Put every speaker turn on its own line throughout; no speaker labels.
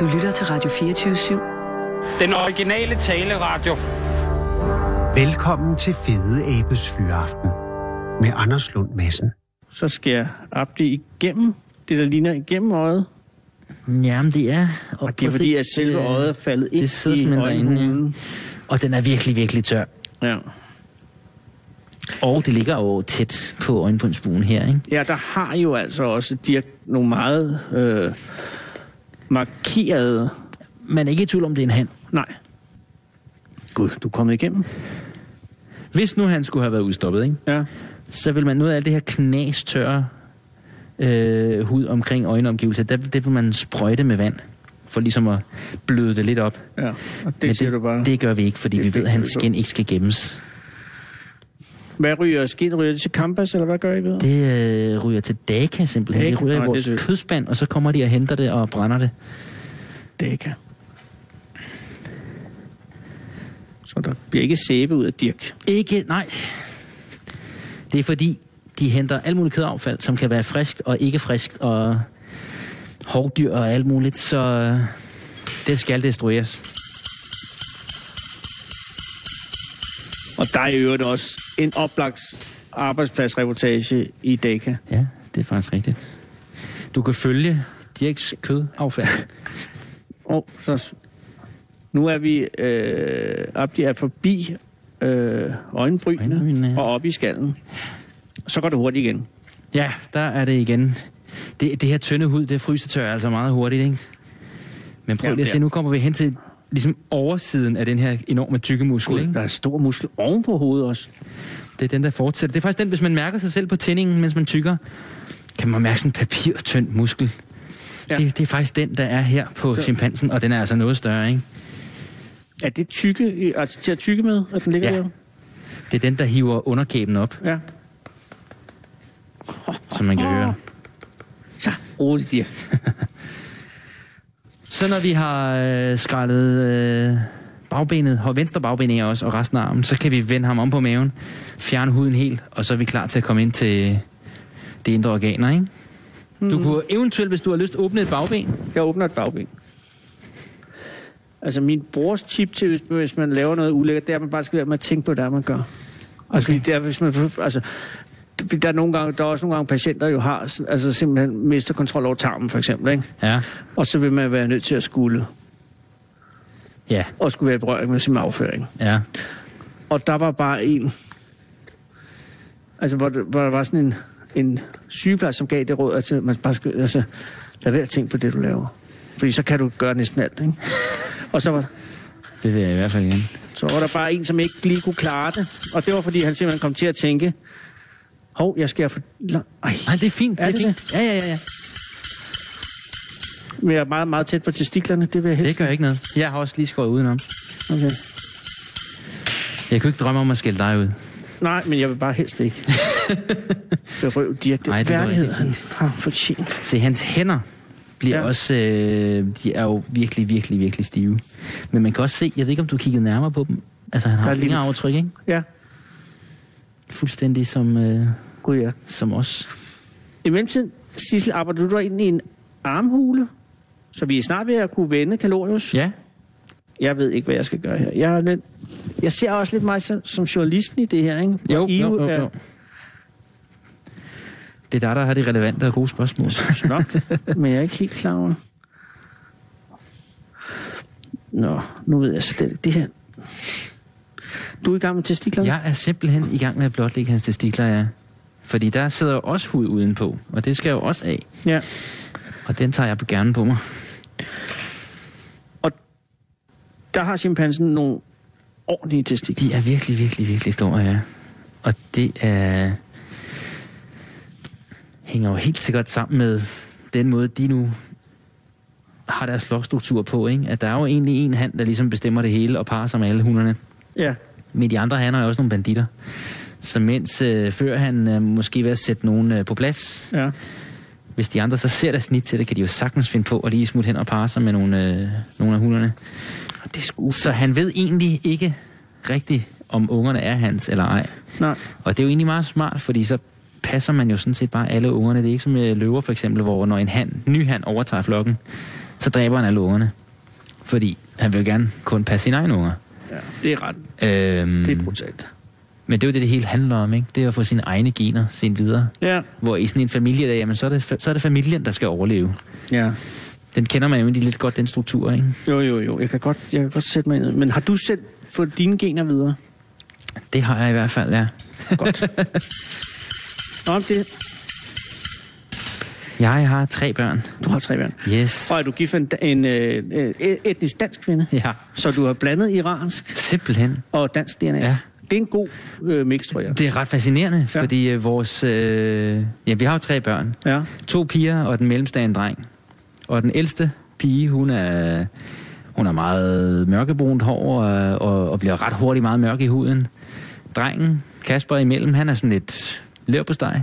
Du lytter til Radio 24
Den originale taleradio.
Velkommen til Fede Abes Fyraften med Anders Lund Madsen.
Så skal jeg op det igennem, det der ligner igennem øjet.
Jamen, det er...
Og det er fordi, at selve øjet er faldet ind
det sidder
i
simpelthen derinde,
øjenhulen.
øh, Og den er virkelig, virkelig tør.
Ja.
Og det ligger jo tæt på øjenbrynsbuen her, ikke?
ja, der har jo altså også Dirk nogle meget øh, markerede...
Man er ikke i tvivl om, det er en han.
Nej. Gud, du er kommet igennem.
Hvis nu han skulle have været udstoppet, ikke?
Ja.
så vil man noget af det her knastørre øh, hud omkring øjenomgivelser, der, det vil man sprøjte med vand, for ligesom at bløde det lidt op. Det,
ja. Og det siger
det,
du bare.
det gør vi ikke, fordi
Det
vi
fik
ved, at hans
du så.
skin ikke skal gemmes.
Hvad ryger skin? Ryger det til Kampas, eller hvad gør I ved?
Det øh, ryger til Daka simpelthen.
Daka?
Det ryger
Nej,
i
det er
vores
sygt.
kødspand, og så kommer de og henter det og brænder det.
Det kan. Så der bliver ikke sæbe ud af Dirk.
Ikke, nej. Det er fordi, de henter alt muligt kødaffald, som kan være frisk og ikke frisk, og hårddyr og alt muligt, så øh, det skal destrueres.
Og der er i øvrigt også en oplagt arbejdspladsreportage i Daka.
Ja, det er faktisk rigtigt. Du kan følge Dirks kødaffald.
Og så... Nu er vi... Øh, Abdi er forbi øh, øjenbrynene
Øjenbrynene, ja.
og op i skallen. Så går det hurtigt igen.
Ja, der er det igen. Det, det her tynde hud, det fryser tør altså meget hurtigt, ikke? Men prøv
Ja,
lige at se,
ja.
nu kommer vi hen til ligesom oversiden af den her enorme tykke muskel, ikke?
Der er stor muskel oven på hovedet også.
Det er den, der fortsætter. Det er faktisk den, hvis man mærker sig selv på tændingen, mens man tykker, kan man mærke sådan en papirtynd muskel.
Ja.
Ja. Det, det er faktisk den, der er her på
Så-
Så. chimpansen, og den er altså noget større, ikke?
Er det tykke, altså til at tykke med, at den ligger
Ja.
ja. der?
Det er den, der hiver underkæben op,
Ja.
som man kan høre.
Så, rolig Dirk.
Så når vi har øh, skrællet øh, bagbenet, og venstre bagben af også, og resten af armen, så kan vi vende ham om på maven, fjerne huden helt, og så er vi klar til at komme ind til det indre organer, ikke? Mm. Du kunne eventuelt, hvis du har lyst, åbne et bagben.
Jeg åbner et bagben. Altså min brors tip til, hvis, hvis man laver noget ulækkert, det er, at man bare skal lade med at tænke på, hvad det er, man gør. Altså, okay. det er, hvis man, altså, fordi der er, nogle gange, der er også nogle gange patienter, jo har sådan- altså, simpelthen mister kontrol over tarmen, for eksempel. Ikke?
Ja.
Og så vil man være nødt til at skulle,
Ja,
og skulle være i berøring med sin afføring.
ja.
Og der var bare en, altså hvor, der- hvor der var sådan en, en sygeplejerske, som gav det råd, at man bare skal, altså, lad være at tænke på det, du laver. Fordi så kan du gøre næsten alt, ikke? Og så var,
Det vil jeg i hvert fald gerne.
så var der bare en, som ikke lige kunne klare det. Og det var, fordi han simpelthen kom til at tænke, hov, jeg skal for... la- Ej,
Nej, det er fint.
Er
det er
det
fint. Ja, ja, ja, ja.
men jeg er meget, meget tæt på testiklerne, det vil jeg
Det
helst.
gør ikke noget. Jeg har også lige skåret udenom.
Okay.
Jeg kunne ikke drømme om at skælde dig ud.
Nej, men jeg vil bare helst ikke. Berøv Dirk,
Ej,
det
det var
værdighed,
ikke
han har fortjent.
Se, hans hænder bliver
Ja.
ja. også... Øh, de er jo virkelig, virkelig, virkelig stive. Men man kan også se... Jeg ved ikke, om du kiggede nærmere på dem. Altså, han
Der
har
er et lille-
fingeraftryk, ikke?
Ja,
Fuldstændig som, øh,
gud ja.
som os.
I mellemtiden, Sissel, arbejder du dig ind i en armhule? Så vi er snart ved at kunne vende Kalorius.
Ja.
Jeg ved ikke, hvad jeg skal gøre her. Jeg, er lidt, jeg ser også lidt mig selv som journalisten i det her, ikke? Hvor
Jo,
I
jo, jo,
er-
jo. Det er dig, der har de relevante og gode spørgsmål.
nok, men jeg er ikke helt klar over. Nå, nu ved jeg slet ikke det her. Du er i gang med testiklerne?
Jeg er simpelthen i gang med at blotlægge hans testikler, ja. Fordi der sidder jo også hud udenpå, og det skal jo også af.
ja.
Og den tager jeg gerne på mig.
Der har chimpansen nogle ordentlige testikler.
De er virkelig, virkelig, virkelig store, ja. Og det er... hænger jo helt sikkert sammen med den måde, de nu har deres flokstruktur på, ikke? At der er jo egentlig en hand, der ligesom bestemmer det hele og parer sig med alle hunderne.
Ja.
Men de andre hanner er jo også nogle banditter. Så mens øh, før han øh, måske ved at sætte nogen øh, på plads,
ja.
hvis de andre så ser der snit til det, kan de jo sagtens finde på at lige smutte hen og parre sig med nogle, øh, nogle af hunderne. Det er sku... Så han ved egentlig ikke rigtigt, om ungerne er hans eller ej.
Nej.
Og det er jo egentlig meget smart, fordi så øh, passer man jo sådan set bare alle ungerne. Det er ikke som med løver for eksempel, hvor når en han, ny han overtager flokken, så dræber han alle ungerne. Fordi han vil jo gerne kun passe sine egne unger.
Ja, det er ret.
Øhm,
Det er brutalt.
men det er jo det, det hele handler om, ikke? Det er at få sine egne gener sent videre.
Ja.
Hvor i sådan en familie, der, jamen, så, er det, fa- så er det familien, der skal overleve.
ja.
Den kender man jo egentlig lidt godt, den struktur, ikke?
Jo, jo, jo. Jeg kan godt, jeg kan godt sætte mig ind. i det. Men har du selv fået dine gener videre?
Det har jeg i hvert fald, ja.
Godt. Nå, men det,
Jeg har tre børn.
du har tre børn.
Yes.
Og er du gift med en, da- en øh, øh, etnisk dansk kvinde?
Ja,
Så du har blandet iransk
simpelthen.
og dansk DNA?
Ja.
Det er en god øh, mix, tror jeg.
Det er ret fascinerende,
Ja.
ja. fordi øh, vores... Øh, ja, vi har jo tre børn.
Ja.
To piger og den mellemste er en dreng. Og den ældste pige, hun er, hun er meget mørkebrunt hår og, og, og bliver ret hurtigt meget mørk i huden. Drengen, Kasper imellem, han er sådan lidt løb på steg,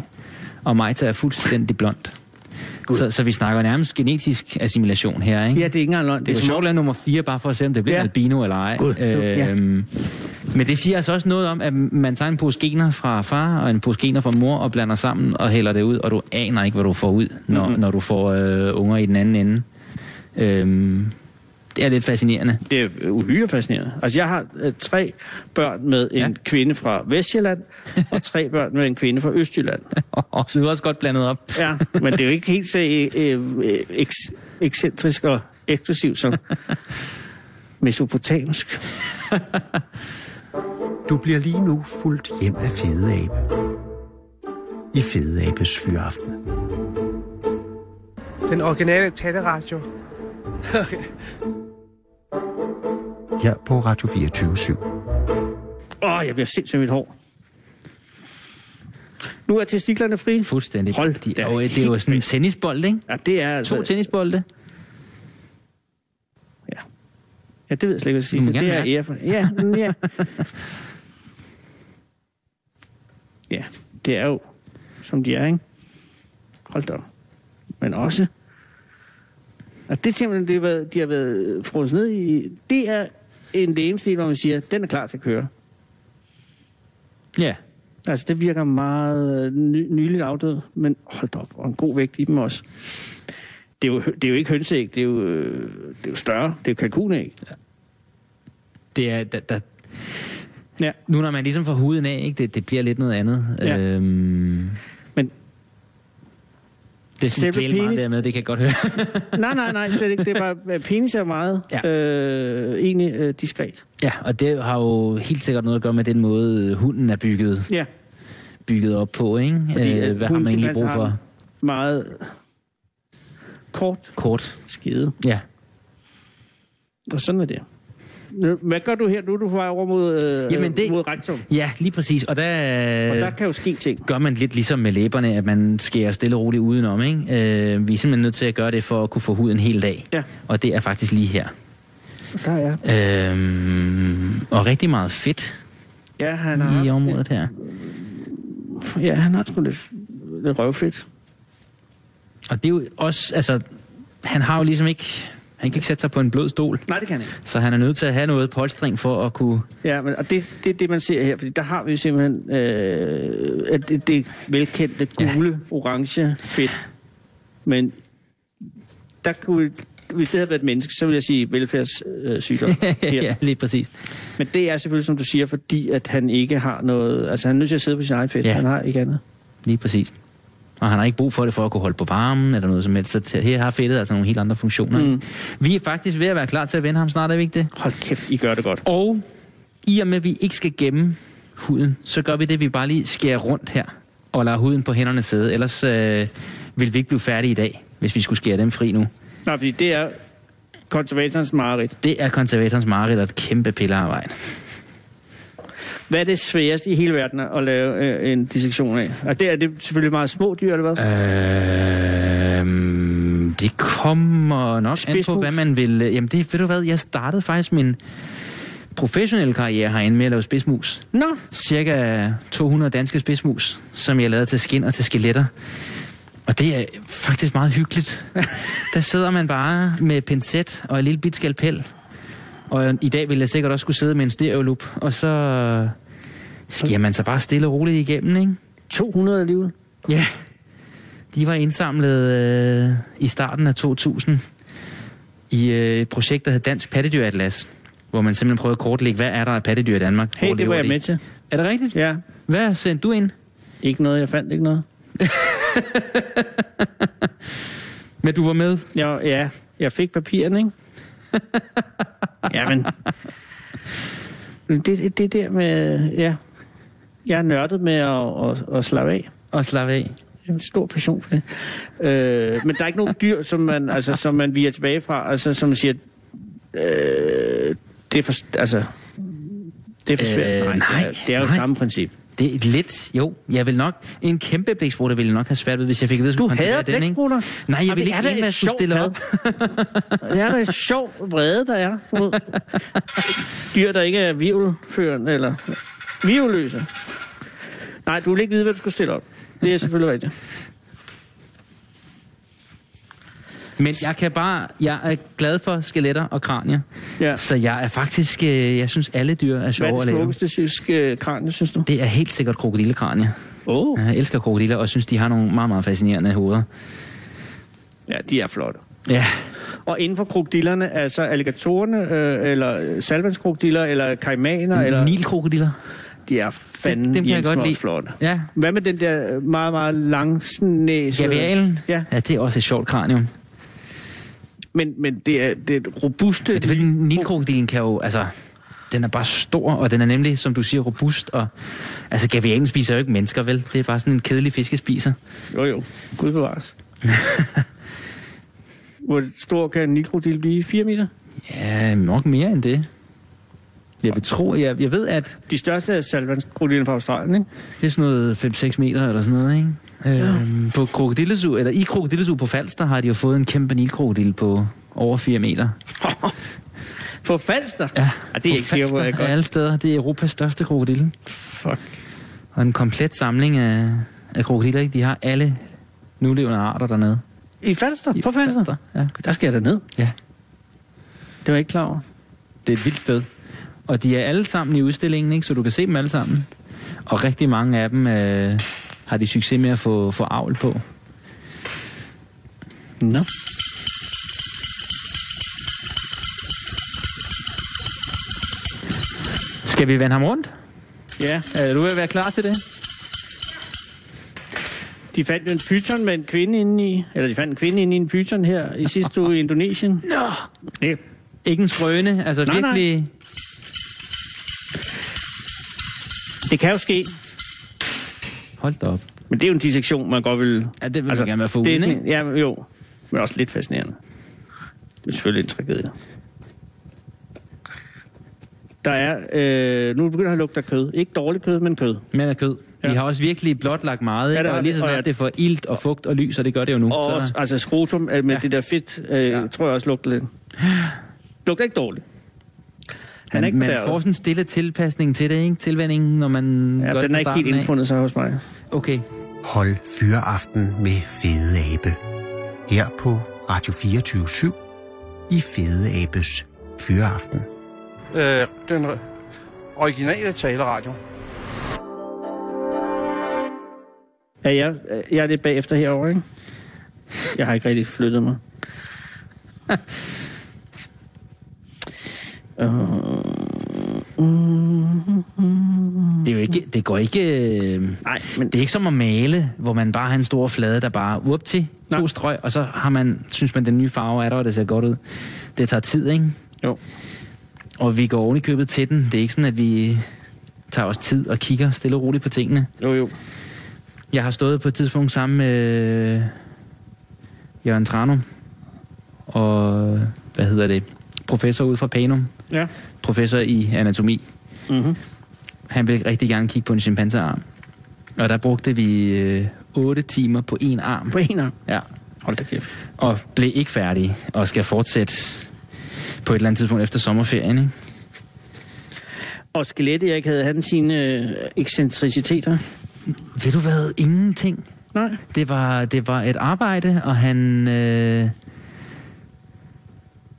og Majta er fuldstændig blond. Så, så vi snakker nærmest genetisk assimilation her, ikke?
ja, det er ikke engang løgn.
Det er
som
sjovt at lade nummer 4, bare for at se, om det bliver
Ja.
ja. albino eller ej.
Gud, ja.
øhm, men det siger altså også noget om, at man tager en pose gener fra far og en pose gener fra mor og blander sammen og hælder det ud, og du aner ikke, hvad du får ud, når, mm-hmm. når du får øh, unger i den anden ende. Øhm, det er lidt fascinerende.
Det er uhyre fascinerende. Altså, jeg har øh, tre børn med en
Ja.
kvinde fra Vestjylland, og tre børn med en kvinde fra Østjylland.
Og så er du også godt blandet op.
Ja, men det er jo ikke helt så øh, øh, eks- ekscentrisk og eksklusivt som mesopotamisk.
Du bliver lige nu fuldt hjem af Fede Abe. I Fede Abes fyraften.
Den originale taleradio.
Her på Radio 24 7.
Åh, jeg bliver sindssygt i mit hår. Nu er testiklerne fri.
Fuldstændig.
Hold
de,
da
og, øh, det er jo
helt
sådan en
fast.
tennisbold, ikke?
Ja, det er altså...
To tennisbolde.
Ja, det ved jeg slet ikke, hvad jeg skal
Du
sige.
må
Så Det er
gerne
ære for... Ja, mm, ja. ja, det er jo, som de er, ikke? Hold da op. Men også... Og det er simpelthen, det har været, de har været øh, frosset ned i... Det er en lægemstil, hvor man siger, den er klar til at køre.
Ja.
Altså, det virker meget øh, ny, nyligt afdød, men hold da op, og en god vægt i dem også. Det er jo, hø- det er jo ikke hønseæg, det er jo, øh, det er jo større, det er jo kalkunæg.
Det er, der, der,
Ja.
nu når man ligesom får huden af, ikke? Det, det bliver lidt noget andet.
Ja.
Øhm,
Men
det er
Selve
sådan kvæl meget
penis-
der med, det kan jeg godt høre.
Nej, nej, nej, slet ikke. Det er bare, at penis er meget ja.
Ja.
øh, egentlig øh, diskret.
Ja, og det har jo helt sikkert noget at gøre med den måde, øh, hunden er bygget,
Ja,
bygget op på, ikke?
Fordi,
Fordi,
at
øh, hvad har
hunden
man egentlig
simpelthen
brug
har
for?
den. meget kort
Kort.
skide.
Ja.
Og sådan er det. Nu, Hvad gør du her nu? er Du er på vej over mod, øh,
Jamen, det-
mod rektum.
Ja, lige præcis. Og der,
Og
øh,
der kan jo ske ting.
gør man lidt ligesom med læberne, at man skærer stille og roligt udenom, ikke? Øh, vi er simpelthen nødt til at gøre det for at kunne få huden en hel dag.
Ja.
Og det er faktisk lige her.
Og Der er...
Øhm, og rigtig meget fedt
Ja, han har,
i området her.
Ja, han har sgu lidt, lidt røvfedt.
Og det er jo også, altså, han har jo ligesom ikke, han kan ikke sætte sig på en blød stol,
Nej, det kan han ikke.
så han er nødt til at have noget polstring for at kunne
Ja, men, og det, det er det, man ser her, fordi der har vi simpelthen øh, at det, det velkendte gule, ja. orange fedt. Men der kunne, hvis det havde været et menneske, så ville jeg sige velfærdssygdom øh, her. ja.
ja, lige præcis.
Men det er selvfølgelig, som du siger, fordi at han ikke har noget... Altså, han er nødt til at sidde på sin egen fedt. Ja.
Ja.
Han har ikke andet.
Lige præcis. Og han har ikke brug for det for at kunne holde på varmen eller noget som helst. Så t- her har fedtet altså nogle helt andre funktioner.
Mm.
Mm. Vi er faktisk ved at være klar til at vende ham snart, er vi ikke det?
Hold kæft, I gør det godt.
Og i og med, at vi ikke skal gemme huden, så gør vi det, at vi bare lige skærer rundt her og lader huden på hænderne sidde. Ellers øh, ville vi ikke blive færdige i dag, hvis vi skulle skære dem fri nu.
Nej, fordi det er konservatorens mareridt.
Det er konservatorens mareridt og et kæmpe pillearbejde.
Hvad er det sværeste i hele verden at lave øh, en dissektion af? Og det er det selvfølgelig meget små dyr, eller hvad?
Øhm, det kommer nok an på,
Spidsmus.
hvad man vil... øh, Jamen, det, ved du hvad, jeg startede faktisk min professionelle karriere herinde med at lave spidsmus.
Nå,
Cirka 200 danske spidsmus, som jeg lavede til skin og til skeletter. Og det er faktisk meget hyggeligt. Der sidder man bare med pincet og en lille bit skalpel. Og i dag ville jeg sikkert også skulle sidde med en stereolup. Og så skærer man sig bare stille og roligt igennem, ikke?
200 alligevel.
Ja, de var indsamlet øh, i starten af 2000. i øh, et projekt, der hed Dansk Pattedyratlas, hvor man simpelthen prøvede at kortlægge, hvad er der af pattedyr i Danmark?
Hey,
Hvor
det
lever
var jeg
de?
med til.
Er det rigtigt?
Ja,
Hvad sendte du ind?
ikke noget, jeg fandt ikke noget.
Men du var med.
Jeg, ja, jeg fik papirerne, ikke? Jamen. Men Det, det der med, ja, jeg er nørdet med at, at, at slappe af.
Og slappe af.
Jeg har en stor passion for det. Øh, men der er ikke nogen dyr, som man, altså, som man viger tilbage fra, altså, som siger, øh, det er for, altså, det er for svært.
Øh, nej,
det er jo
nej.
samme princip.
Det er et lidt, jo, jeg vil nok, en kæmpe blæksprutter ville jeg nok have svært ved, hvis jeg fik at vide, at
Du
skulle
hader
den, ikke?
blæksprutter.
Nej,
Jamen,
jeg vil
det
ikke
er da
en,
et
man skulle
sjovt
stille
had.
op.
Det er da en sjov vrede, der er. mod Dyr, der ikke er virvelførende eller virveløse. Nej, du vil ikke vide, hvad du skulle stille op. Det er selvfølgelig rigtigt.
Men jeg kan bare, jeg er glad for skeletter og kranier.
Ja.
Ja. Så jeg er faktisk, øh, jeg synes alle dyr er
Hvad er
sjove
det
at lave.
smukkeste syske kranje, synes du?
Det er helt sikkert krokodillekranier.
Åh.
Jeg elsker krokodiller, og synes, de har nogle meget, meget fascinerende hoveder.
Ja, de er flotte.
Ja,
Og inden for krokodillerne, altså alligatorerne, øh, eller salvandskrokodiller, eller kaimaner, eller...
nilkrokodiller.
De er fandme
Dem- dem kan jeg
Jens
godt
Mols
lide.
flotte.
Ja.
Hvad med den der meget, meget langsnæsede...
Gavialen.
Ja,
ja, det er også et sjovt kranium.
men, men det er det er robuste...
Men det er fordi, nilkrokodilen kan jo, altså, den er bare stor, og den er nemlig, som du siger, robust, og altså, gavianen spiser jo ikke mennesker, vel? Det er bare sådan en kedelig fiskespiser.
Jo, jo. Gud bevares. Hvor stor kan en mikrodil blive? 4 meter?
Ja, nok mere end det. Jeg vil tro, jeg, jeg ved, at
De største er salvandskrodillerne fra Australien, ikke?
det er sådan noget 5-6 meter eller sådan noget, ikke? Øhm, på krokodillesu, eller i krokodillesu på Falster har de jo fået en kæmpe nilkrokodil på over 4 meter.
For Falster?
Ja,
Ah, det er
på
ikke sikker på, jeg
Falster
godt.
af alle steder. Det er Europas største krokodille.
Fuck.
Og en komplet samling af, af krokodiller, ikke? De har alle nulevende arter dernede.
I Falster?
I
På Falster?
Falster, ja.
Der skal jeg da ned.
Ja.
Det var jeg ikke klar over.
Det er et vildt sted. Og de er alle sammen i udstillingen, ikke? så du kan se dem alle sammen. Og rigtig mange af dem øh, har de succes med at få, få avl på.
Nå.
Skal vi vende ham rundt?
Ja,
Er du ved at være klar til det?
de fandt jo en pyton med en kvinde inde i, eller de fandt en kvinde inde i en pyton her i sidste uge i Indonesien. Nå! Ja.
Ikke en skrøne, altså
Nej,
nej,
nej.
virkelig... Nej.
Det kan jo ske,
Hold da op.
men det er jo en dissektion, man godt vil...
Ja, det vil altså, man gerne være for
det er
uden,
sådan-
ikke?
Ja, jo. Men også lidt fascinerende. Det er selvfølgelig en tragedie. Der er... Øh, nu begynder han at lugte af kød. Ikke dårligt kød, men kød.
Men af kød. Ja.
Ja.
Vi har også virkelig blotlagt meget,
Ja,
ja,
det
det
har
og lige
vi.
så
Og
snart
jeg-
det får ilt og fugt og lys, og det gør det jo nu.
Og
så,
også, altså skrotum øh, med ja.
Ja.
det der fedt, øh, ja.
Ja.
tror jeg også lugter lidt. Lugter ikke dårligt. Han er
man,
ikke
man
der.
får sådan en stille tilpasning til det, ikke? Tilvændingen, når man...
Ja, den er ikke helt indfundet sig hos mig.
Okay.
Hold fyreaften med Fede Abe. Her på Radio 24 i Fede Abes Fyreaften.
Øh, den originale taleradio.
Ja, jeg, jeg er lidt bagefter herovre, ikke? Jeg har ikke rigtig flyttet mig. Øh,
Det, er jo ikke, det går ikke... Øh,
Nej, men
det er ikke som at male, hvor man bare har en stor flade, der bare up til
Nej.
to strøg, og så har man, synes man, den nye farve er der, og det ser godt ud. Det tager tid, ikke?
Jo.
Og vi går oven i købet til den. Det er ikke sådan, at vi tager os tid og kigger stille og roligt på tingene.
Jo, jo.
Jeg har stået på et tidspunkt sammen med øh, Jørgen Tranum og, øh, hvad hedder det, professor ude fra Panum,
Ja.
professor i anatomi.
Mm-hmm.
Han ville rigtig gerne kigge på en chimpansearm. Og der brugte vi øh, 8 timer på en arm.
På en arm.
Ja.
Hold da kæft.
Og blev ikke færdig, og skal fortsætte på et eller andet tidspunkt efter sommerferien. Ikke?
Og skelettet, jeg ikke havde, han sine øh, ekscentriciteter.
Ved du hvad? Ingenting.
Nej.
Det var, det var et arbejde, og han... Øh,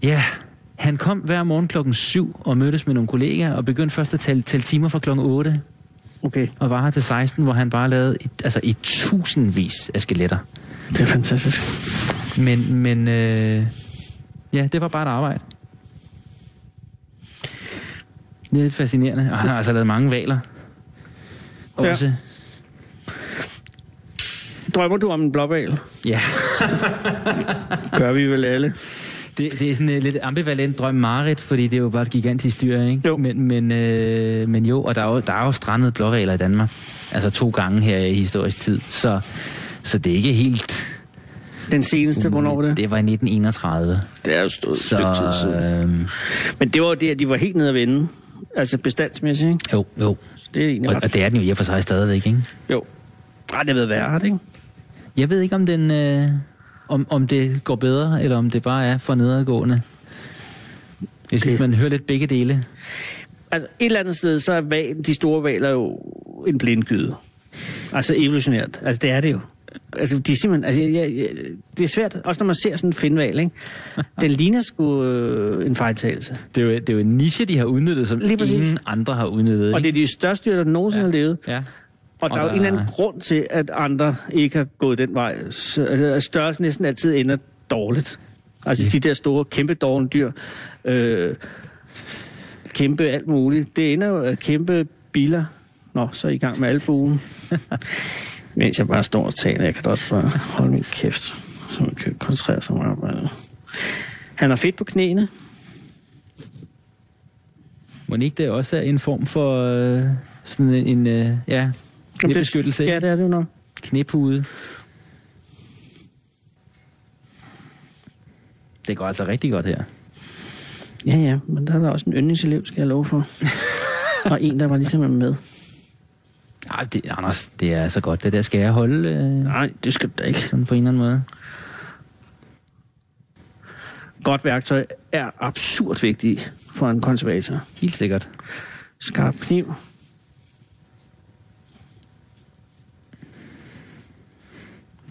ja, han kom hver morgen klokken 7 og mødtes med nogle kollegaer og begyndte først at tælle, tælle timer fra klokken 8
Okay.
og var her til 16, hvor han bare lavede et, altså i tusindvis af skeletter.
Det er fantastisk.
Men, men øh, Ja, det var bare et arbejde. Lidt fascinerende. Og han har altså lavet mange valer.
Ja.
Også.
Drømmer du om en blåval?
Ja,
Gør vi vel alle.
det, det er sådan en lidt ambivalent drøm Marit, fordi det er jo bare et gigantisk dyr, ikke?
Jo.
Men, men, øh, men jo, og der er jo, der er jo strandet blåregler i Danmark. Altså to gange her i historisk tid. Så, så det er ikke helt...
Den seneste, hvornår var det?
Det var i 1931.
Mm, Det er jo stået et stykke tid
Så,
siden.
øh,
Men det var jo det, at de var helt nede at vende. Altså bestandsmæssigt, ikke?
jo, jo.
Så det er egentlig
Og,
ret...
og det er den jo i og for sig stadigvæk, ikke?
Jo. Ej, det har været værre, har det ikke?
Jeg ved ikke, om, den, øh, om, om det går bedre, eller om det bare er for nedadgående. Jeg synes, man hører lidt begge dele.
Altså, et eller andet sted, så er val, de store valer jo en blindgyde. Altså evolutionært. Altså, det er det jo. Altså, de er simpelthen, altså, jeg, jeg, jeg, det er svært, også når man ser sådan en finval, ikke? Den ligner sgu øh, en fejltagelse.
Det er, jo, det er jo en niche, de har udnyttet, som
Lige præcis.
ingen andre har udnyttet.
Og det
ikke?
er de største dyr, der nogensinde ja. har levet.
Ja.
Og der er
Og
jo
der
en eller anden
er-
grund til, at andre ikke har gået den vej. Så, altså, at størrelsen næsten altid ender dårligt. Altså
Ja.
de der store, kæmpe dårlige dyr. Øh, kæmpe alt muligt. Det ender jo at kæmpe biler. Nå, så er I i gang med albuen. Mens jeg bare står og taler, jeg kan da også bare holde min kæft, så man kan koncentrere sig om arbejdet. Han har fedt på knæene.
Må ikke det også er en form for øh, sådan en, øh, ja, knæbeskyttelse?
Ja,
Ja.
det er det jo nok.
Knæpude. Det går altså rigtig godt her.
Ja, ja, men der er der også en yndlingselev, skal jeg love for. og en, der var ligesom med.
Ej, det, Anders, det er så godt. Det der skal jeg holde øh,
Nej, det skal du da ikke.
sådan på en eller anden måde.
Godt værktøj er absurd vigtigt for en konservator.
Helt sikkert.
Skarp kniv.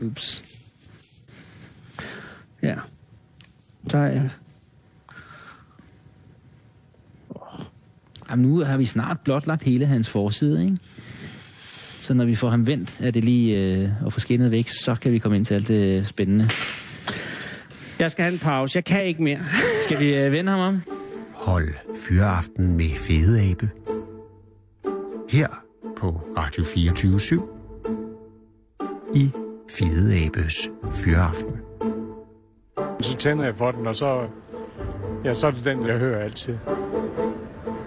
Ups.
Ja. Der er...
Jamen, nu har vi snart blotlagt hele hans forside, ikke? Så når vi får ham vendt, er det lige øh, at få skinnet væk, så kan vi komme ind til alt det spændende.
Jeg skal have en pause. Jeg kan ikke mere.
Skal vi øh, vende ham om?
Hold fyreaften med Fede Abe. Her på Radio 24 i Fede Abes Fyreaften.
Så tænder jeg for den, og så, ja, så er det den, jeg hører altid.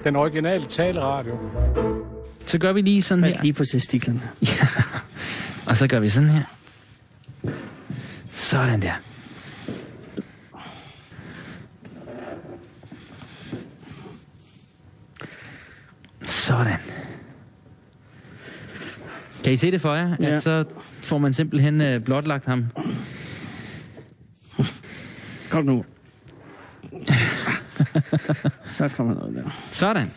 Den originale taleradio.
Så gør vi lige sådan
Pas
her.
lige på testiklerne.
Og så gør vi sådan her. Sådan der. Sådan. Kan I se det for jer? Ja.
Ja.
At så får man simpelthen øh, blotlagt ham
Kom nu. Så kommer noget der.
Sådan.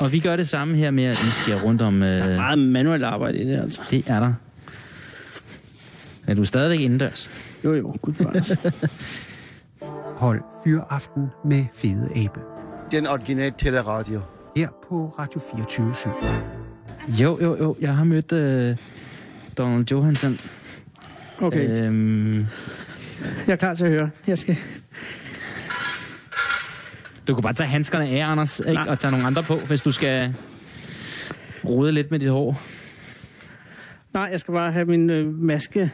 Og vi gør det samme her med, at vi skal rundt om... Øh,
Der er meget manuelt arbejde i det, altså.
det er der. Men du er stadigvæk indendørs.
Jo, jo. Gud bevares.
Hold fyreaften med Fede Abe.
Den originale teleradio.
Her på Radio 24
Jo, jo, jo. Jeg har mødt øh, Donald Johansson.
Okay,
Øhm,
jeg er klar til at høre. Jeg skal...
du kan bare tage handskerne af, Anders, ikke?
Nej.
og tage nogle andre på, hvis du skal rode lidt med dit hår.
Nej, jeg skal bare have min øh, maske.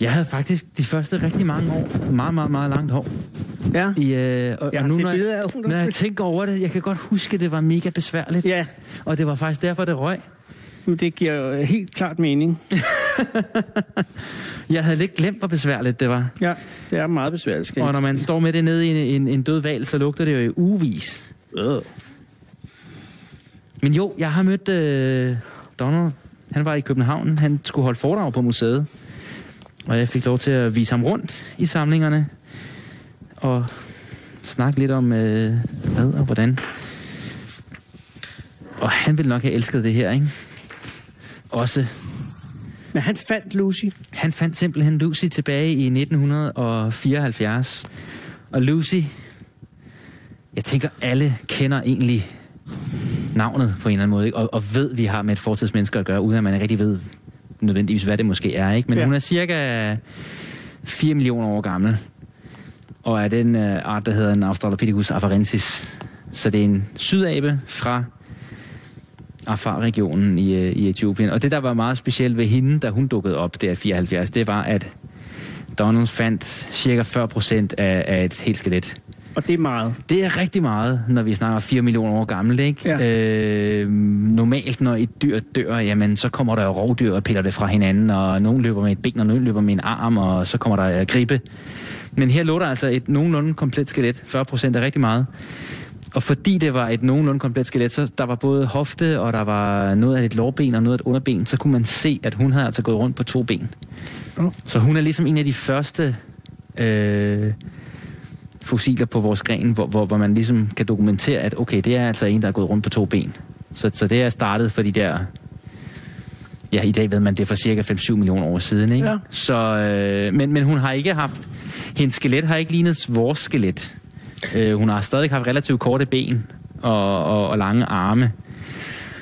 Jeg havde faktisk de første rigtig mange år meget, meget, meget langt hår.
Ja.
I, øh, og,
Jeg
og
har
nu,
set
når,
billeder
jeg,
af
når jeg
ungdommen.
tænker over det, jeg kan godt huske, at det var mega besværligt.
Ja,
Og det var faktisk derfor, det røg.
men det giver jo øh, helt klart mening.
Jeg havde lidt glemt, hvor besværligt det var.
Ja, det er meget besværligt. skal jeg
Og når man står med det nede i en, en, en død val, så lugter det jo i uvis.
Øh.
Men jo, jeg har mødt øh, Donald. Han var i København. Han skulle holde foredrag på museet. Og jeg fik lov til at vise ham rundt i samlingerne. Og snakke lidt om, øh, hvad og hvordan. Og han ville nok have elsket det her, ikke? Også
Men han fandt Lucy.
Han fandt simpelthen Lucy tilbage i 1974. Og Lucy, jeg tænker alle kender egentlig navnet på en eller anden måde, ikke? Og, og ved, vi har med et fortidsmenneske at gøre, uden at man rigtig ved nødvendigvis, hvad det måske er. Ikke? Men
Ja.
ja. hun er cirka 4 millioner år gammel, og er den øh, art, der hedder en Australopithecus afarensis. Så det er en sydabe fra Afar-regionen i, øh, i Etiopien. Og det, der var meget specielt ved hende, da hun dukkede op der i 74, det var, at Donald fandt cirka 40 procent af, af et helt skelet.
Og det er meget.
Det er rigtig meget, når vi snakker 4 millioner år gammelt, ikke?
Ja.
Øh, normalt, når et dyr dør, jamen, så kommer der jo rovdyr og piller det fra hinanden, og nogen løber med et ben, og nogen løber med en arm, og så kommer der øh, gribe. Men her lå der altså et nogenlunde komplet skelet. 40 procent er rigtig meget. Og fordi det var et nogenlunde komplet skelet, så der var både hofte, og der var noget af et lårben og noget af et underben, så kunne man se, at hun havde altså gået rundt på to ben.
Nå.
Så hun er ligesom en af de første øh, fossiler på vores gren, hvor, hvor, hvor man ligesom kan dokumentere, at okay, det er altså en, der er gået rundt på to ben. Så, så det er startet for de der... Ja, i dag ved man det er for cirka 5-7 millioner år siden, ikke?
Ja.
Så, øh, men, men hun har ikke haft... Hendes skelet har ikke lignet vores skelet. Øh, hun har stadig haft relativt korte ben og, og, og lange arme.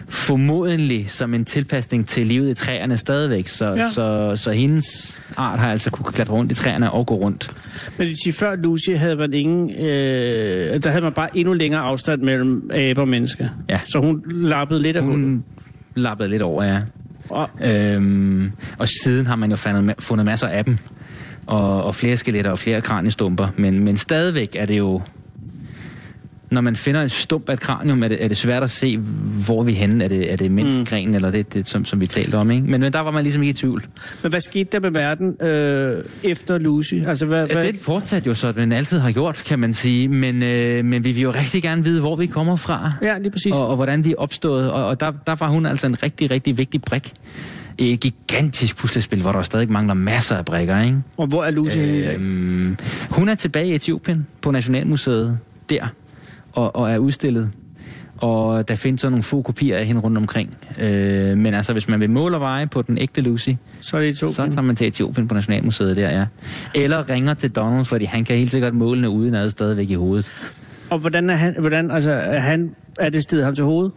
Formodentlig som en tilpasning til livet i træerne stadigvæk. Så,
Ja.
ja. så, så hendes art har altså kunne klatre rundt i træerne og gå rundt.
Men det vil sige, før Lucy havde man ingen... Øh, der havde man bare endnu længere afstand mellem abe og menneske.
Ja.
Så hun lappede lidt af hunden.
Hun lappede lidt over, ja.
Og,
Øhm, og siden har man jo fundet, ma- fundet masser af dem. Og, og flere skeletter og flere kraniestumper. Men, men stadigvæk er det jo... Når man finder en stump af et kranium, er det, er det svært at se, hvor er vi henne. Er det, er det menneskegrenen, mm. eller det, det som, som vi talte om, ikke? Men, men der var man ligesom ikke i tvivl.
men hvad skete der med verden øh, efter Lucy? Altså, hvad,
Ja,
hvad,
det fortsatte jo så, den altid har gjort, kan man sige. Men, øh, men vi vil jo rigtig gerne vide, hvor vi kommer fra.
ja, lige præcis.
Og, og hvordan de er opstået. Og, og der, der var hun altså en rigtig, rigtig vigtig brik. I Et gigantisk puslespil, hvor der stadig mangler masser af brikker, ikke?
Og hvor er Lucy? henne i dag?
Øhm, hun er tilbage i Etiopien på Nationalmuseet der, og, og er udstillet. Og der findes så nogle få kopier af hende rundt omkring. Øh, men altså, hvis man vil måle og veje på den ægte Lucy,
Så er det i to.
så tager man til Etiopien på Nationalmuseet der, ja. Eller ringer til Donald, fordi han kan helt sikkert målene udenad stadigvæk i hovedet.
Og hvordan er han, hvordan, altså, er, han, er det stedet ham til hovedet?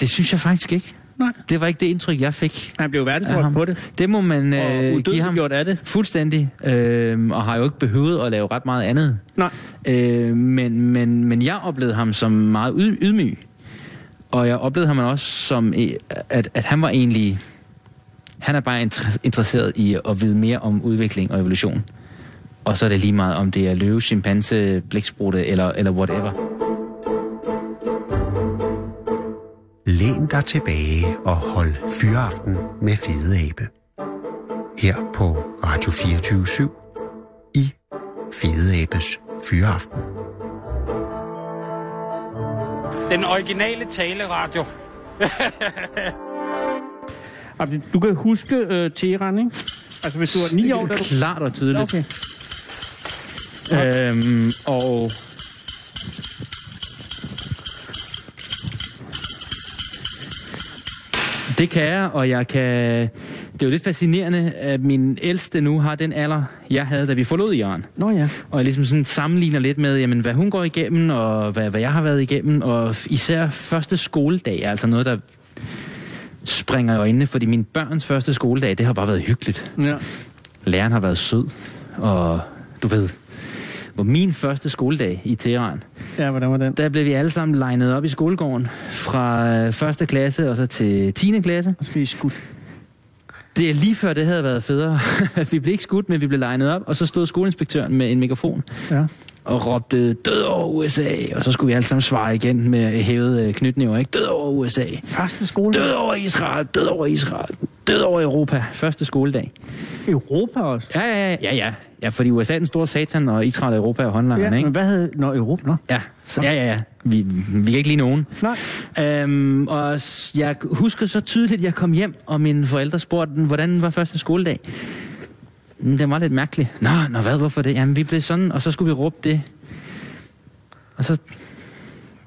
Det synes jeg faktisk ikke.
Nej.
Det var ikke det indtryk, jeg fik.
Han blev
af ham.
verdensborg på det.
Det må man
Og
øh, give
udødelig
ham.
gjort af det.
Fuldstændig. Øh, og har jo ikke behøvet at lave ret meget andet.
Nej.
Øh, men, men, men jeg oplevede ham som meget yd- ydmyg. Og jeg oplevede ham også som, øh, at, at han var egentlig... Han er bare inter- interesseret i at vide mere om udvikling og evolution. Og så er det lige meget, om det er løve, chimpanse, blæksprutte eller, eller whatever.
Læn dig tilbage og hold fyraften med Fede Abe. Her på Radio 24 i Fede Abes Fyraften.
Den originale taleradio.
Og Altså, Du kan huske øh, Teheran, ikke? Altså, hvis du var ni år, da du...
Klart og tydeligt.
Okay.
Øhm, og... Det kan jeg, og jeg kan... Det er jo lidt fascinerende, at min ældste nu har den alder, jeg havde, da vi forlod Iran.
Nå ja.
Og jeg ligesom sådan sammenligner lidt med, jamen, hvad hun går igennem, og hvad, hvad jeg har været igennem. Og f- især første skoledag er altså noget, der springer i øjnene, fordi min børns første skoledag, det har bare været hyggeligt
ja.
læreren har været sød, og du ved, på min første skoledag i Teheran,
Ja, hvordan var den?
der blev vi alle sammen legnet op i skolegården fra øh, første klasse og så til 10. klasse.
Så vi skudt.
Det er lige før, det havde været federe. vi blev ikke skudt, men vi blev legnet op, og så stod skoleinspektøren med en mikrofon
Ja.
og råbte, død over USA, og så skulle vi alle sammen svare igen med hævet øh, knytnæver, ikke? Død over USA,
Første skole.
død over Israel, død over Israel, død over Europa, første skoledag.
Europa også.
Ja, ja, ja, ja, ja. Ja, fordi USA er den store satan, og Israel og Europa er håndlangerne, ikke?
men hvad havde... Nå, Europa, nå.
Ja, så, ja, ja, ja. Vi, vi kan ikke lide nogen.
Nej.
Øhm, og s- jeg husker så tydeligt, at jeg kom hjem, og mine forældre spurgte, hvordan var første skoledag? "Mm, Den var lidt mærkelig. Nå, nå hvad, hvorfor det? Jamen, vi blev sådan, og så skulle vi råbe det. Og så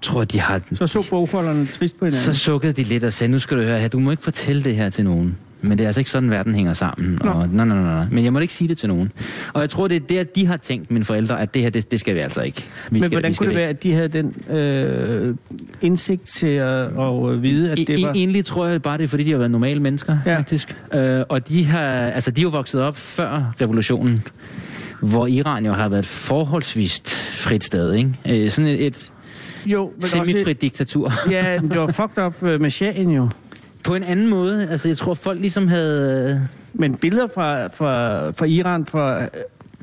tror jeg, de har...
Så så bogholderne trist på hinanden.
så sukkede de lidt og sagde, nu skal du høre her, du må ikke fortælle det her til nogen. Men det er altså ikke sådan, verden hænger sammen. Og, nej, nej, nej, nej. Men jeg må ikke sige det til nogen. Og jeg tror, det er der, de har tænkt, mine forældre, at det her, det, det skal vi altså ikke. Vi
Men
skal,
hvordan
vi skal
kunne det
væk.
være, at de havde den øh, indsigt til at, at vide, at det
E-
var...
Egentlig tror jeg bare, det er fordi, de har været normale mennesker,
Ja.
ja. faktisk. Øh, og de har, altså, de er jo vokset op før revolutionen, hvor Iran jo har været et forholdsvis frit sted, ikke? Øh, sådan et, et
Jo, men også...
semifrit diktatur.
Ja, men det var fucked up øh, med shahen jo.
På en anden måde, altså, jeg tror, folk ligesom havde...
Men billeder fra, fra, fra Iran fra, øh,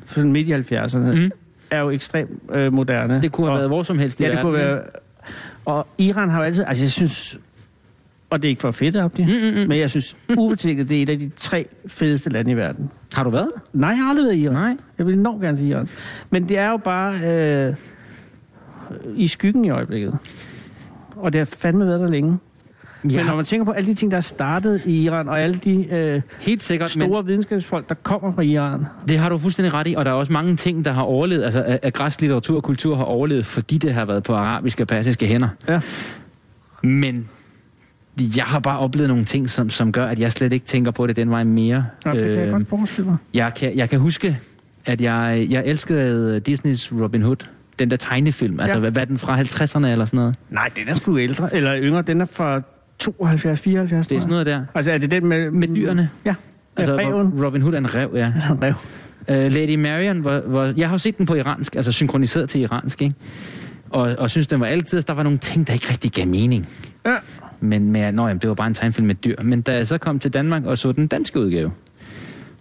fra midt i 70'erne mm.
Mm.
er jo ekstremt øh, moderne.
Det kunne have
og,
været hvor som helst i
Ja, det kunne
verden,
være... Og Iran har jo altid... Altså, jeg synes... Og det er ikke for at fedte op det, mm, mm, mm. men jeg synes ubetinget, det er et af de tre fedeste lande i verden.
ikke? Har du været? der?
Nej, jeg har aldrig været i Iran.
Nej.
Jeg vil enormt gerne til Iran. Men det er jo bare øh, i skyggen i øjeblikket. Og det har fandme været der længe. Ja. Men når man tænker på alle de ting, der er startet i Iran, og alle de øh,
Helt sikkert, men
store videnskabsfolk, der kommer fra Iran.
det har du fuldstændig ret i, og der er også mange ting, der har overlevet, altså at- at græsk litteratur og kultur har overlevet, fordi det har været på arabiske og persiske hænder.
Ja.
Men jeg har bare oplevet nogle ting, som, som gør, at jeg slet ikke tænker på det den vej mere. Øhm,
Nå, det kan jeg godt forestille mig.
jeg, kan, jeg kan huske, at jeg, jeg elskede Disney's Robin Hood. Den der tegnefilm. Altså,
Ja.
ja. hvad, hvad er den fra 50'erne eller sådan noget?
Nej, den er sgu ældre, eller yngre. Den er fra 72, 74,
Det er
tror
sådan
jeg.
noget der.
Altså, er det den med...
Med dyrene.
Ja, altså,
Altså,
reven.
hvor Robin Hood er en rev, ja.
Rev.
Uh, Lady Marion, hvor, hvor, jeg har jo set den på iransk, altså synkroniseret til iransk, ikke? Og, og synes, den var altid, der var nogle ting, der ikke rigtig gav mening.
Ja.
Men med, nå, jamen, det var bare en tegnfilm med dyr. Men da jeg så kom til Danmark og så den danske udgave,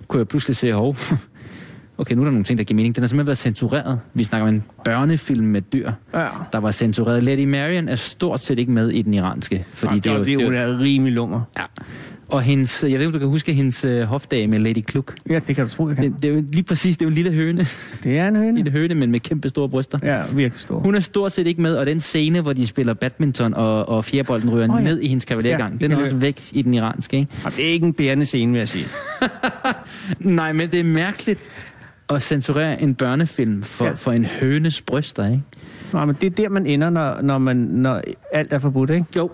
kunne jeg pludselig se, hov, okay, nu er der nogle ting, der giver mening. Den har simpelthen været censureret. Vi snakker om en børnefilm med dyr,
ja.
der var censureret. Lady Marion er stort set ikke med i den iranske. Fordi
Fordi det, er jo, Ah, det, er jo, det er rimelig lunger.
ja. Og hendes, jeg ved ikke, om du kan huske hendes øh, hofdage med Lady Kluk.
Ja, det kan du tro, jeg kan.
Det, det er jo lige præcis, det er jo en lille høne.
Det er en høne.
lille høne, men med kæmpe store bryster.
Ja, virkelig stor.
Hun er stort set ikke med, og den scene, hvor de spiller badminton, og, og fjerbolden ryger
Åh,
oh,
ja.
ja. ned i hendes kavalergang,
Ja,
ja, den
det kan
er også væk i den iranske, ikke?
Og det er ikke en bærende scene, vil jeg sige.
Nej, men det er mærkeligt at censurere en børnefilm for,
Ja.
ja. for en hønes bryster, ikke?
Nej, men det er der, man ender, når, når, man, når alt er forbudt, ikke?
Jo,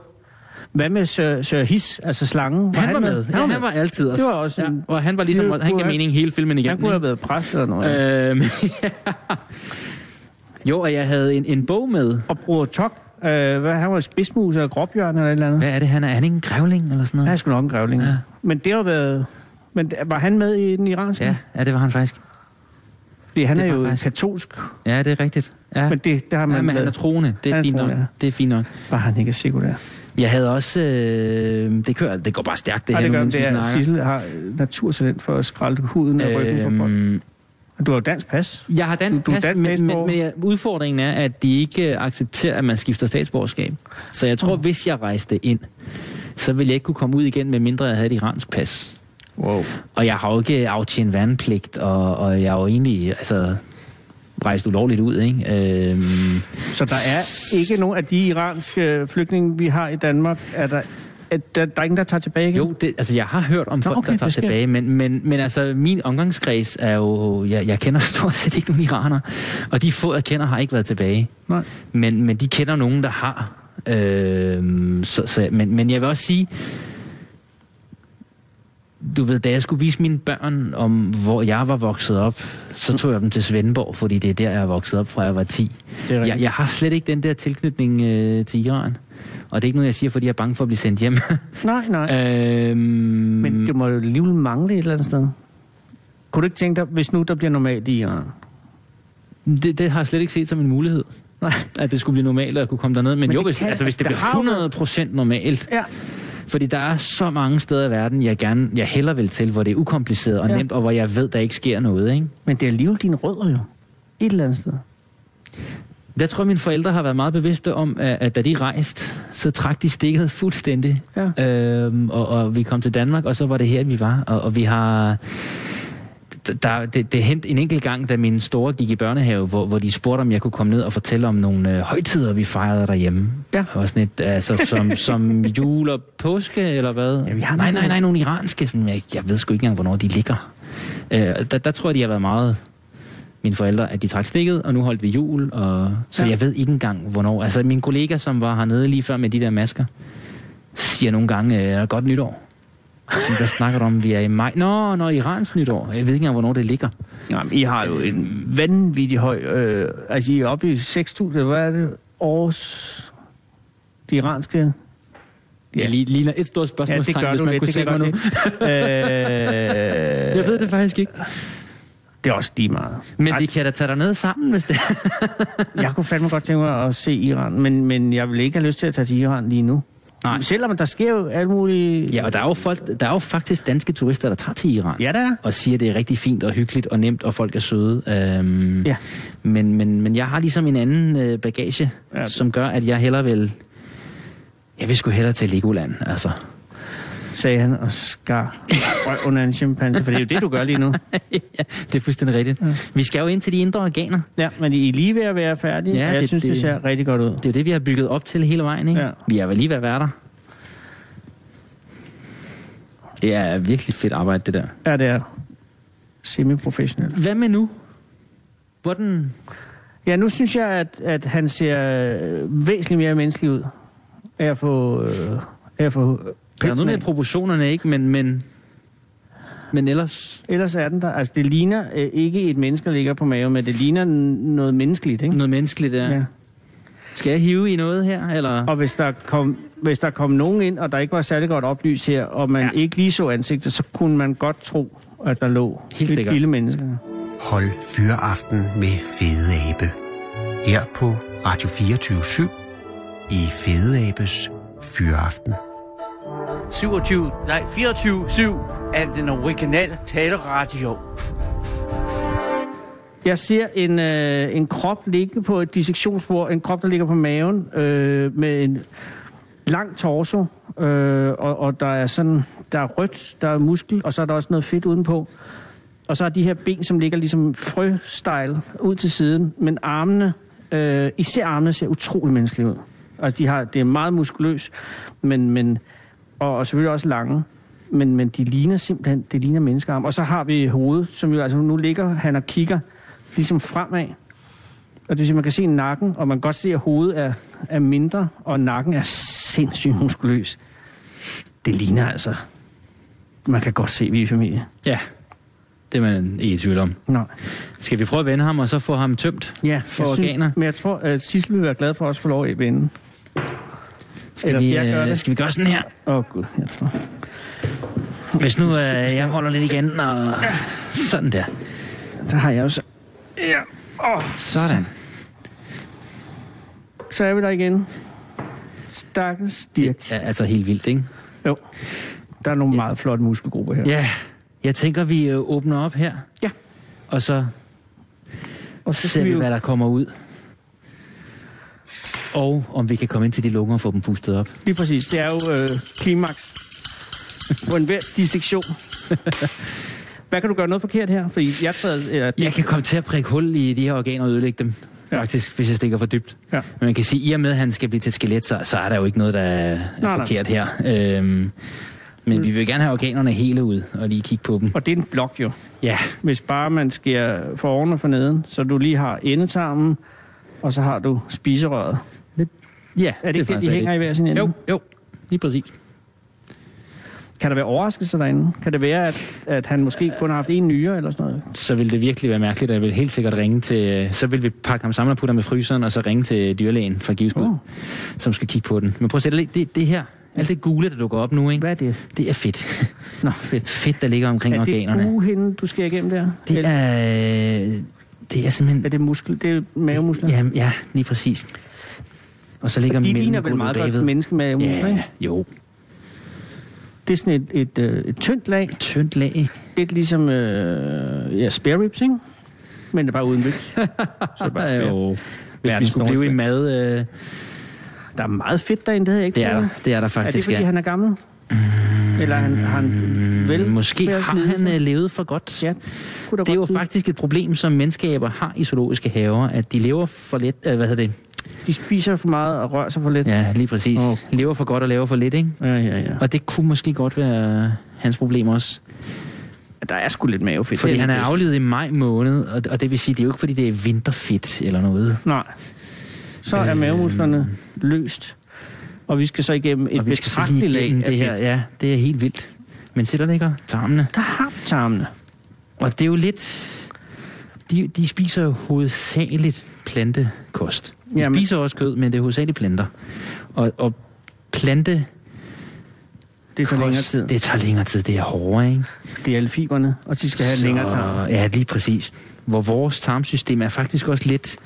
Hvad med Sir, Sir His, altså slangen?
han, var med. Han, ja, han var altid også.
Det var også
ja,
en-
og han var ligesom,
Det
det, han
kunne
gav
have-
mening hele filmen
han
igennem.
kunne have
ikke?
været præst eller noget. Øh.
Øhm, jo, og jeg havde en, en bog med.
Og Bror Tok, øh, hvad, han var spidsmus eller gråbjørn eller et eller andet.
Hvad er det, han er? Er han ikke en grævling eller sådan
Han er
noget?
sgu nok en grævling. Ja.
Ja.
Men det har jo været... Men det- var han med i den iranske?
Ja, ja, det var han faktisk.
Fordi han
det
er
var
jo
faktisk-
katolsk,
Ja, det er rigtigt. Ja.
men det, det har man
Ja, men han er
lavet.
troende.
Han
Det
er
er, fint nok.
troende, ja.
det er fint nok.
Var han ikke er sekulær?
Jeg havde også... Øh, det, kører, det går bare stærkt, det
Nej,
her,
det
nu,
gør han,
mens vi
det er, at
snakker.
Sissel har øh, naturtalent for at skralde huden af ryggen på folk.
Øhm,
Du har jo dansk pas.
jeg har dansk
Du- du er
pas,
dansk
men,
statsborger.
men, men jeg- udfordringen er, at de ikke øh, accepterer, at man skifter statsborgerskab. Så jeg tror, oh. hvis jeg rejste ind, så ville jeg ikke kunne komme ud igen, medmindre jeg havde et iransk pas.
Wow.
Og jeg har jo ikke aftjent værnepligt, og, og jeg er jo egentlig altså, rejst ulovligt ud, ikke? Øhm,
Så der er ikke nogen af de iranske flygtninge, vi har i Danmark, er der, er der, der er ingen, der tager tilbage igen?
Jo, det, altså jeg har hørt om folk,
okay,
okay, der tager
det sker.
tilbage, men, men, men altså min omgangskreds er jo, jeg, jeg kender stort set ikke nogen iranere, og de få, jeg kender, har ikke været tilbage.
Nej.
Men, men de kender nogen, der har. Øh, så, så, men, men jeg vil også sige, du ved, da jeg skulle vise mine børn om, hvor jeg var vokset op, så tog jeg dem til Svendborg, fordi det er der, jeg er vokset op fra, jeg var 10.
Det er rigtigt.
Jeg, jeg har slet ikke den der tilknytning øh, til Iran. Og det er ikke noget, jeg siger, fordi jeg er bange for at blive sendt hjem.
Nej, nej.
Øhm,
Men
men
det må jo alligevel mangle et eller andet sted. Kunne du ikke tænke dig, hvis nu der bliver normalt i Iran?
det, det har jeg slet ikke set som en mulighed,
Nej.
at det skulle blive normalt at kunne komme derned. Men,
Men
men jo,
det
hvis,
kan-
altså, hvis det
der har jo-
bliver 100% normalt,
Ja.
fordi der er så mange steder i verden, jeg gerne jeg heller vil til, hvor det er ukompliceret og
Ja.
ja. nemt, og hvor jeg ved, der ikke sker noget. Ikke?
Men det er alligevel dine rødder jo. Et eller andet sted.
Der tror jeg, mine forældre har været meget bevidste om, at, at da de rejste, så trak de stikket fuldstændig.
Ja.
Øhm, og, og vi kom til Danmark, og så var det her, vi var. Og, og vi har... d- Der, det, det hent en enkelt gang, da min store gik i børnehave, hvor, hvor de spurgte, om jeg kunne komme ned og fortælle om nogle øh, højtider, vi fejrede derhjemme.
Ja.
Og sådan et, altså, som, som jul og påske, eller hvad?
Ja, vi har
nej,
nogle-
nej, nej, nogle iranske. Sådan, jeg, jeg ved sgu ikke engang, hvornår de ligger. Øh, der, der tror jeg, de har været meget mine forældre, at de trak stikket, og nu holdt vi jul, og... så
Ja.
ja. jeg ved ikke engang, hvornår. Altså, min kollega, som var hernede lige før med de der masker, siger nogle gange, øh, godt nytår. Hvad snakker du om? Vi er i maj. Nå, når Irans nytår. Jeg ved ikke engang, hvornår det ligger.
Jamen, I har jo en vanvittig høj... Øh, altså, I er oppe i 6.000, hvad er det? Års... De iranske...
Ja. Jeg lige- ligner et stort
Ja, det
spørgsmålstegn,
gør
hvis
du
man
lidt,
kunne
det
se
kan jeg
mig nu.
godt se. øh,
Jeg ved det faktisk ikke.
det er også lige meget.
Men
Ej.
vi kan da tage dig ned sammen, hvis det er.
Jeg kunne fandme godt tænke mig at se Iran, men, men jeg vil ikke have lyst til at tage til Iran lige nu.
Nej.
Selvom der sker jo alt muligt...
Ja, og der er, jo folk, der er jo faktisk danske turister, der tager til Iran.
Ja, der er.
Og siger, at det er rigtig fint og hyggeligt og nemt, og folk er søde. Øhm,
Ja.
men, men, men jeg har ligesom en anden øh, bagage,
Ja,
ja.
det-
som gør, at jeg hellere vil... Jeg vil sgu hellere til Legoland, altså.
sagde han og skar røv under en chimpanse, for det er jo det, du gør lige nu.
ja, det er fuldstændig rigtigt. Ja. Vi skal jo ind til de indre organer.
Ja, men I er lige ved at være færdige,
Ja,
ja, og jeg
det-
det, synes, det, det
det-
ser rigtig godt ud.
Det er jo det, vi har bygget op til hele vejen, ikke?
Ja.
Vi er vel lige ved at være der. Det er virkelig fedt arbejde, det der.
Ja, det er semi-professionelt.
Hvad med nu? Hvordan...
Ja, nu synes jeg, at, at han ser øh, væsentligt mere menneskelig ud. Af at få... Øh, af at få øh,
Der er noget
pelsen
med
af.
proportionerne, ikke? Men, men, men ellers
Ellers er den der. Altså, det ligner øh, ikke et menneske, der ligger på maven, men det ligner n- noget menneskeligt, ikke?
noget menneskeligt der. Ja. Skal jeg hive i noget her, eller?
Og hvis der, kom, hvis der kom nogen ind, og der ikke var særlig godt oplyst her, og man
Ja.
ja. ikke lige så ansigtet, så kunne man godt tro, at der lå
Helt
et
sikkert.
lille menneske.
Hold fyreaften med Fede Abe. Her på Radio 24 i Fede Abes Fyreaften.
27, nej 24-7 af den originale taleradio.
Jeg ser en, øh, en krop ligge på et dissektionsbord, en krop, der ligger på maven, øh, med en lang torso, øh, og, og der er sådan, der er rødt, der er muskel, og så er der også noget fedt udenpå. Og så er de her ben, som ligger ligesom frøstyle ud til siden, men armene, øh, især armene ser utrolig menneskelige ud. Altså, de har, det er meget muskuløs, men, men, og, og selvfølgelig også lange. Men, men de ligner simpelthen, det ligner menneskearm. Og så har vi hovedet, som jo altså nu ligger han og kigger ligesom fremad. Og det vil sige, man kan se nakken, og man kan godt se, at hovedet er, er mindre, og nakken er sindssygt muskuløs. Det ligner altså... Man kan godt se, at vi er i familie.
Ja, det er man ikke i tvivl om.
Nå.
Skal vi prøve at vende ham, og så få ham tømt?
Ja,
For
jeg
organer.
Synes, men jeg tror, at Sissel vil være glad for os at få lov at vende.
Skal,
Eller
vi,
skal jeg gøre
øh,
det?
skal vi gøre sådan her?
Åh oh, gud, jeg tror.
Hvis nu øh, jeg holder lidt igen, og sådan der.
Der har jeg også.
Sådan.
Så er vi der igen. Stakkels Dirk.
Ja, altså helt vildt, ikke?
Jo. Der er nogle meget flotte muskelgrupper her.
Ja, jeg tænker, vi øh, åbner op her,
Ja.
og så
Og
så
så
ser
skal
vi,
vi
hvad
jo...
der kommer ud. Og om vi kan komme ind til de lunger og få dem pustet op.
Lige præcis. Det er jo øh, klimaks på enhver dissektion. Hvad kan du gøre noget forkert her? Fordi jeg træder... Eller,
Jeg kan komme til at prikke hul i de her organer og ødelægge dem, ja.
Ja.
faktisk, hvis jeg stikker for dybt.
Ja.
Men man kan sige, at i og med, at han skal blive til et skelet, så, så er der jo ikke noget, der er
Nej,
nej,
Mm. nej.
forkert nej. her. Øhm, men vi vil gerne have organerne hele ud og lige kigge på dem.
Og det er en blok jo.
Ja,
Hvis bare man skærer for oven og for neden, så du lige har endetarmen, og så har du spiserøret.
ja
Er det ikke det,
faktisk
de hænger i
rigtigt.
hver sin ende?
Jo, jo, lige præcis.
Kan der være overraskelser derinde? Kan det være, at, at han måske kun har haft en nyere eller sådan noget?
så vil det virkelig være mærkeligt, og jeg vil helt sikkert ringe til... Så vil vi pakke ham sammen og putte ham i fryseren, og så ringe til dyrlægen fra Givesmød,
Uh.
som skal kigge på den. Men prøv at se, det, det, det her, alt det gule, der dukker op nu, ikke?
Hvad er det?
det er fedt.
Nå, fedt.
fedt, der ligger omkring
Er
organerne.
det uhinde, du skærer igennem der?
Det
Eller
er... Det er simpelthen...
er det muskel? Det er mavemuskler?
Ja, ja, lige præcis. Og så ligger
De ligner vel
mellemgulvet
meget
bagved.
godt menneskemavemuskler,
Ja,
ikke?
jo.
Det er sådan et, et, øh, et tyndt lag,
Tyndt lag.
lidt ligesom øh, ja, spare ribs, ikke? Men det er bare uden myks. Så er det bare spare.
Jo. Hvis vi
Verdens
skulle blive i mad... Øh,
Der er meget fedt derinde, det havde jeg ikke
det er der,
troet.
det er der
Er det,
faktisk,
fordi
ja. Mm,
han er gammel? Eller han, han vel...
Måske har han øh, levet for godt.
Ja, kunne der
Det er jo
godt tyde.
faktisk et problem, som menneskeaber har i zoologiske haver, at de lever for lidt, øh, hvad hedder det?
De spiser for meget og rører sig for lidt.
Ja, lige præcis.
Åh.
Lever for godt og lever for lidt, ikke?
ja, ja. ja.
Og det kunne måske godt være hans problem også.
Og der er sgu lidt mavefedt.
Fordi
Det
han er
lidt
aflevet i maj måned, og, og det vil sige, det er jo ikke fordi, det er vinterfedt eller noget.
bedst. Nej. Så er
Øhm.
mavemusklerne løst. Og vi skal så igennem et
og vi skal så
betragteligt
lige
lag
igennem
af
det her.
fedt.
Ja, det er helt vildt. Men se, der ligger tarmene.
Der har vi tarmene.
Og det er jo lidt... De, de spiser jo hovedsageligt plantekost. De
Jamen.
Jamen. spiser også kød, men det er hovedsageligt planter. Og, og plante
Det tager længere tid.
det tager længere tid. Det er hårdere, ikke?
Det er alle fiberne, og de skal have en længere tarm.
Ja, lige præcis. Hvor vores tarmsystem er faktisk også lidt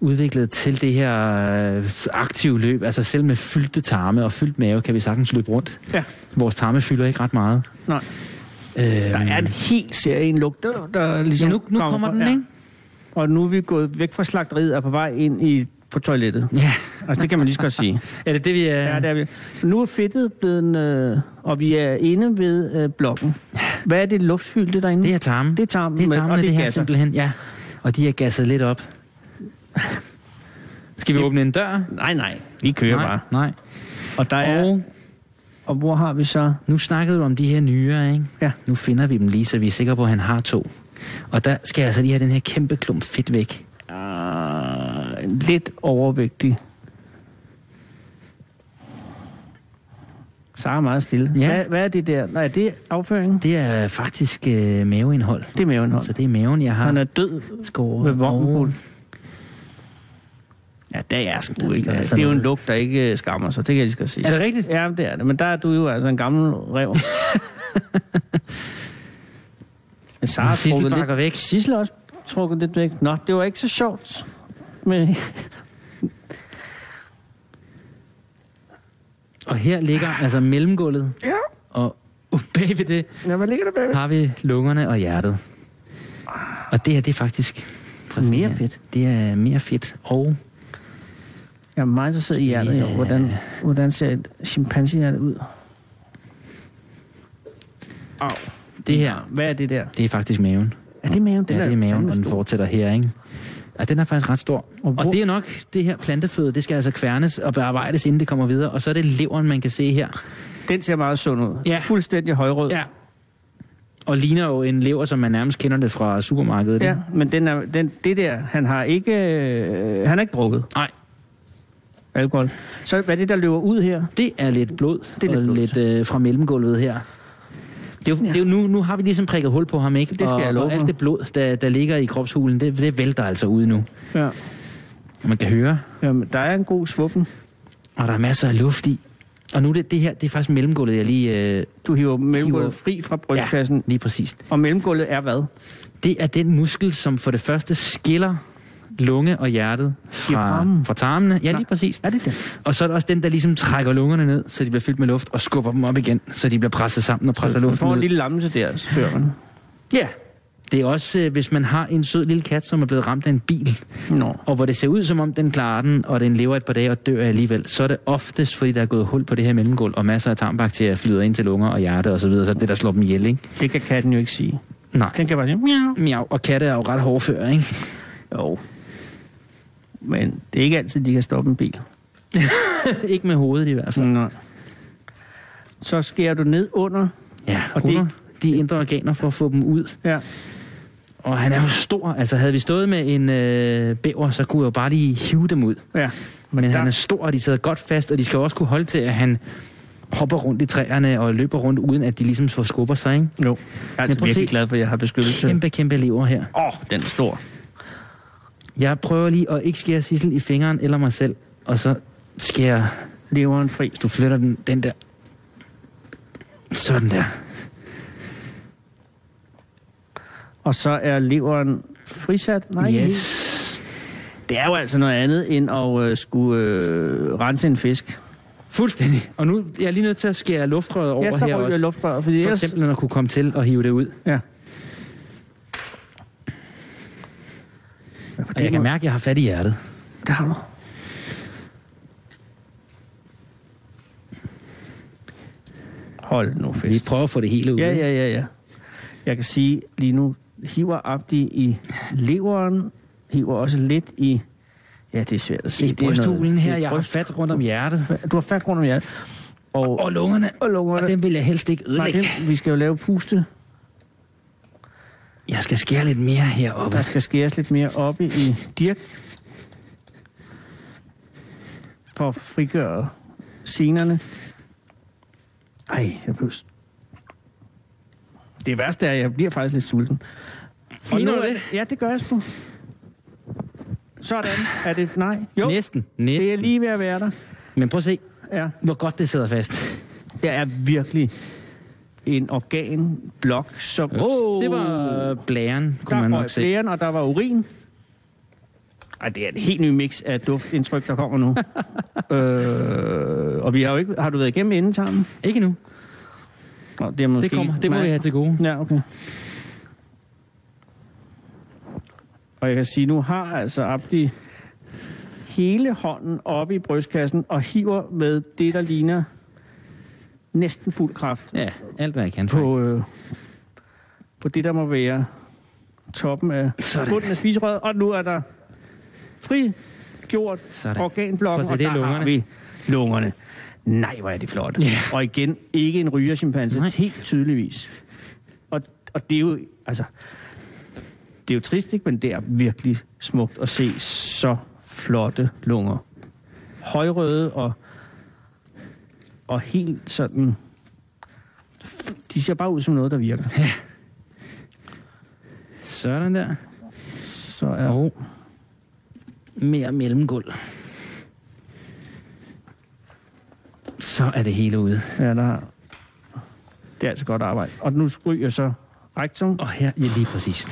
udviklet til det her øh, aktive løb. Altså selv med fyldte tarme og fyldt mave kan vi sagtens løbe rundt.
Ja.
Vores tarme fylder ikke ret meget.
Nej.
Øh,
Der er en helt serie en lugt, der, der ligesom...
så nu, nu kommer
på-
den,
ja.
ikke?
Og nu er vi gået væk fra slagteriet og er på vej ind i, på toilettet.
Ja.
Altså, det kan man lige så godt sige.
Er det det, vi er?
Ja, det er vi. Nu er fedtet blevet... en, Øh, og vi er inde ved øh, blokken. Hvad er det luftfyldte derinde?
Det er tarmen.
Det er tarmen,
det er
men-
tarmen,
og
og det,
det er
her
gasser.
simpelthen. Ja, og de er gasset lidt op. Skal vi åbne en dør?
Nej, nej. Vi kører
nej,
bare.
Nej.
Og, der er,
Og
og hvor har vi så...
nu snakkede du om de her nyere, ikke?
Ja.
Nu finder vi dem lige, så vi er sikre på, at han har to. Og der skal jeg altså lige have den her kæmpe klump fedt væk.
Uh, lidt overvægtig. Sara er meget stille.
Ja.
Hvad, hvad er det der? Nej, det er afføringen.
Det er faktisk øh, maveindhold.
Det er maven.
Så det er maven, jeg
Han
har
er død
skåret.
med
over.
vognbul. Ja, det er
Der
sgu
ligger
ikke.
altså
Altså det er jo en
noget.
lugt, der ikke øh, skammer sig. Det kan jeg lige skal sige.
Er det rigtigt?
Ja, det er det. Men der er du jo altså en gammel rev. Men Sara
Nå,
har
Sissel
trukket
bakker
lidt...
væk.
Sissel har også trukket lidt væk. Nå, det var ikke så sjovt. Men...
Og her ligger altså mellemgulvet.
Ja.
Og uh, bag ved det
Ja, hvad ligger der bagved?
har vi lungerne og hjertet. Og det her, det er faktisk... Præcis,
Mere
ja.
fedt.
Det er mere fedt. Og
Jeg er meget interesseret i hjertet. Yeah.
Ja.
Hvordan, hvordan ser et chimpansehjerte ud?
det her,
Hvad er det der?
det er faktisk maven.
Er det maven? Den
ja, det er maven,
fandme
og den
stor.
fortsætter her, ikke? Ja, den er faktisk ret stor.
Og
Og,
hvor-
og det er nok det her planteføde, det skal altså kværnes og bearbejdes, inden det kommer videre. Og så er det leveren, man kan se her.
Den ser meget sund ud.
Ja.
Fuldstændig højrød.
Ja. Og ligner jo en lever, som man nærmest kender det fra supermarkedet.
ja
ikke?
men den er, den, det der, han har ikke, øh, han har ikke drukket
Nej,
alkohol. Så hvad er det, der løber ud her?
det er lidt blod,
Det er
og
lidt blod.
lidt øh, fra mellemgulvet her. Det er, jo, det er jo nu, nu har vi ligesom prikket hul på ham, ikke?
Det skal
og,
jeg love
og
for.
alt det blod, der, der ligger i kropshulen, det, det vælter altså ud nu.
Ja.
Man kan høre,
Jamen, der er en god svuppen.
og der er masser af luft i. Og nu er det, det her, det er faktisk mellemgulvet, jeg lige... Øh,
Du hiver mellemgulvet
Hiver-
fri fra brystkassen. Ja.
lige præcis.
Og mellemgulvet er hvad?
Det er den muskel, som for det første skiller lunge og hjertet fra,
tarmen.
fra tarmene. Ja,
Nej.
lige præcis.
Er det det?
Og så er der også den, der ligesom trækker lungerne ned, så de bliver fyldt med luft, og skubber dem op igen, så de bliver presset sammen og presser
Du
luften
får en
ud.
lille lammelse der, spørger man.
Ja. Det er også, øh, hvis man har en sød lille kat, som er blevet ramt af en bil,
Nå.
og hvor det ser ud, som om den klarer den, og den lever et par dage og dør alligevel, så er det oftest, fordi der er gået hul på det her mellemgulv, og masser af tarmbakterier flyder ind til lunger og hjerte osv., så, videre, så er det det, der slår dem ihjel, ikke?
Det kan katten jo ikke sige.
Nej.
Den kan bare sige, miau.
Miau, og katte er jo ret hårdføre, ikke?
Jo. Men det er ikke altid, de kan stoppe en bil.
ikke med hovedet i hvert fald.
Nå. Så skærer du ned under.
Ja,
Og
og
det-
under de indre organer for at få dem ud.
Ja.
Og han er jo stor. Altså, havde vi stået med en øh, bæver, så kunne jeg jo bare lige hive dem ud.
ja.
Men, Men
der-
han er stor, og de sidder godt fast, og de skal også kunne holde til, at han hopper rundt i træerne og løber rundt, uden at de ligesom får skubber sig, ikke?
Jo. Jeg er altså
prøv at
virkelig
se.
glad for, at jeg har beskyttelse. Åh,
Kæmpe, kæmpe lever her.
oh, den er stor.
Jeg prøver lige at ikke skære Sissel i fingeren eller mig selv, og så skærer...
Leveren fri.
Du flytter den, den der. Sådan der.
Og så er leveren frisat. Nej, helt.
yes.
det er jo altså noget andet, end at øh, skulle øh, rense en fisk.
Fuldstændig. Og nu jeg er lige nødt til at skære luftrøret over
ja, så
her
ryger
også.
luftbøjer, fordi
For
ellers...
eksempel, når kunne komme til og hive det ud.
Ja.
Og jeg kan mærke, at jeg har fat i hjertet.
Det har du. Hold nu
Vi
fest.
prøver at få det hele ud.
Ja,
ikke?
ja, ja, ja. Jeg kan sige lige nu, hiver Abdi i leveren, hiver også lidt i... Ja, det er svært at sige.
I
Det er noget-
brysthulen her,
i
jeg har
bryst-
fat rundt om hjertet.
Du har fat rundt om hjertet. Og,
Og lungerne.
og lungerne.
Og dem vil jeg helst ikke
Nej,
ødelægge.
det, vi skal jo lave puste.
Jeg skal skære lidt mere heroppe.
Der skal skæres lidt mere oppe i dirk. For at frigøre senerne. Ej, jeg blev... s- det værste er, at jeg bliver faktisk lidt sulten. Og
Finer
nu
du
er
det?
Ja, det gør jeg sgu. Sådan. Er det... Nej. Jo,
Næsten. Næsten.
det er lige ved at være der.
Men prøv at se,
Ja.
hvor godt det sidder fast.
Der er virkelig en organblok, som...
Ups, det var øh, blæren, kunne
der
man
røg
nok se.
blæren, og der var urin. Ej, det er et helt ny mix af duftindtryk, der kommer nu. øh, og vi har jo ikke... Har du været igennem endetarmen?
Ikke nu.
Nå, det, er måske
Det kommer. Det må
Nej.
vi have til gode.
Ja, okay. Og jeg kan sige, nu har altså Abdi hele hånden oppe i brystkassen og hiver med det, der ligner næsten fuld kraft
Ja, alt hvad jeg kan. Frank.
på, øh, på det, der må være toppen af
Sådan.
bunden af spiserøret. Og nu er der frigjort
Sådan.
organblokken,
Prøv
og
at se,
der
det er
har
lungerne.
vi lungerne. Nej, hvor er det flot.
Ja.
Og igen, ikke en rygerchimpanse,
Nej.
helt tydeligvis. Og, og det er jo, altså, det er jo trist, ikke? men det er virkelig smukt at se så flotte lunger. Højrøde og, og helt sådan... De ser bare ud som noget, der virker.
Sådan der.
Så er
Og mere mellemgulv. Så er det hele ude.
Ja, der Det er altså godt arbejde. Og nu ryger så rektum.
Og her, ja, lige præcis.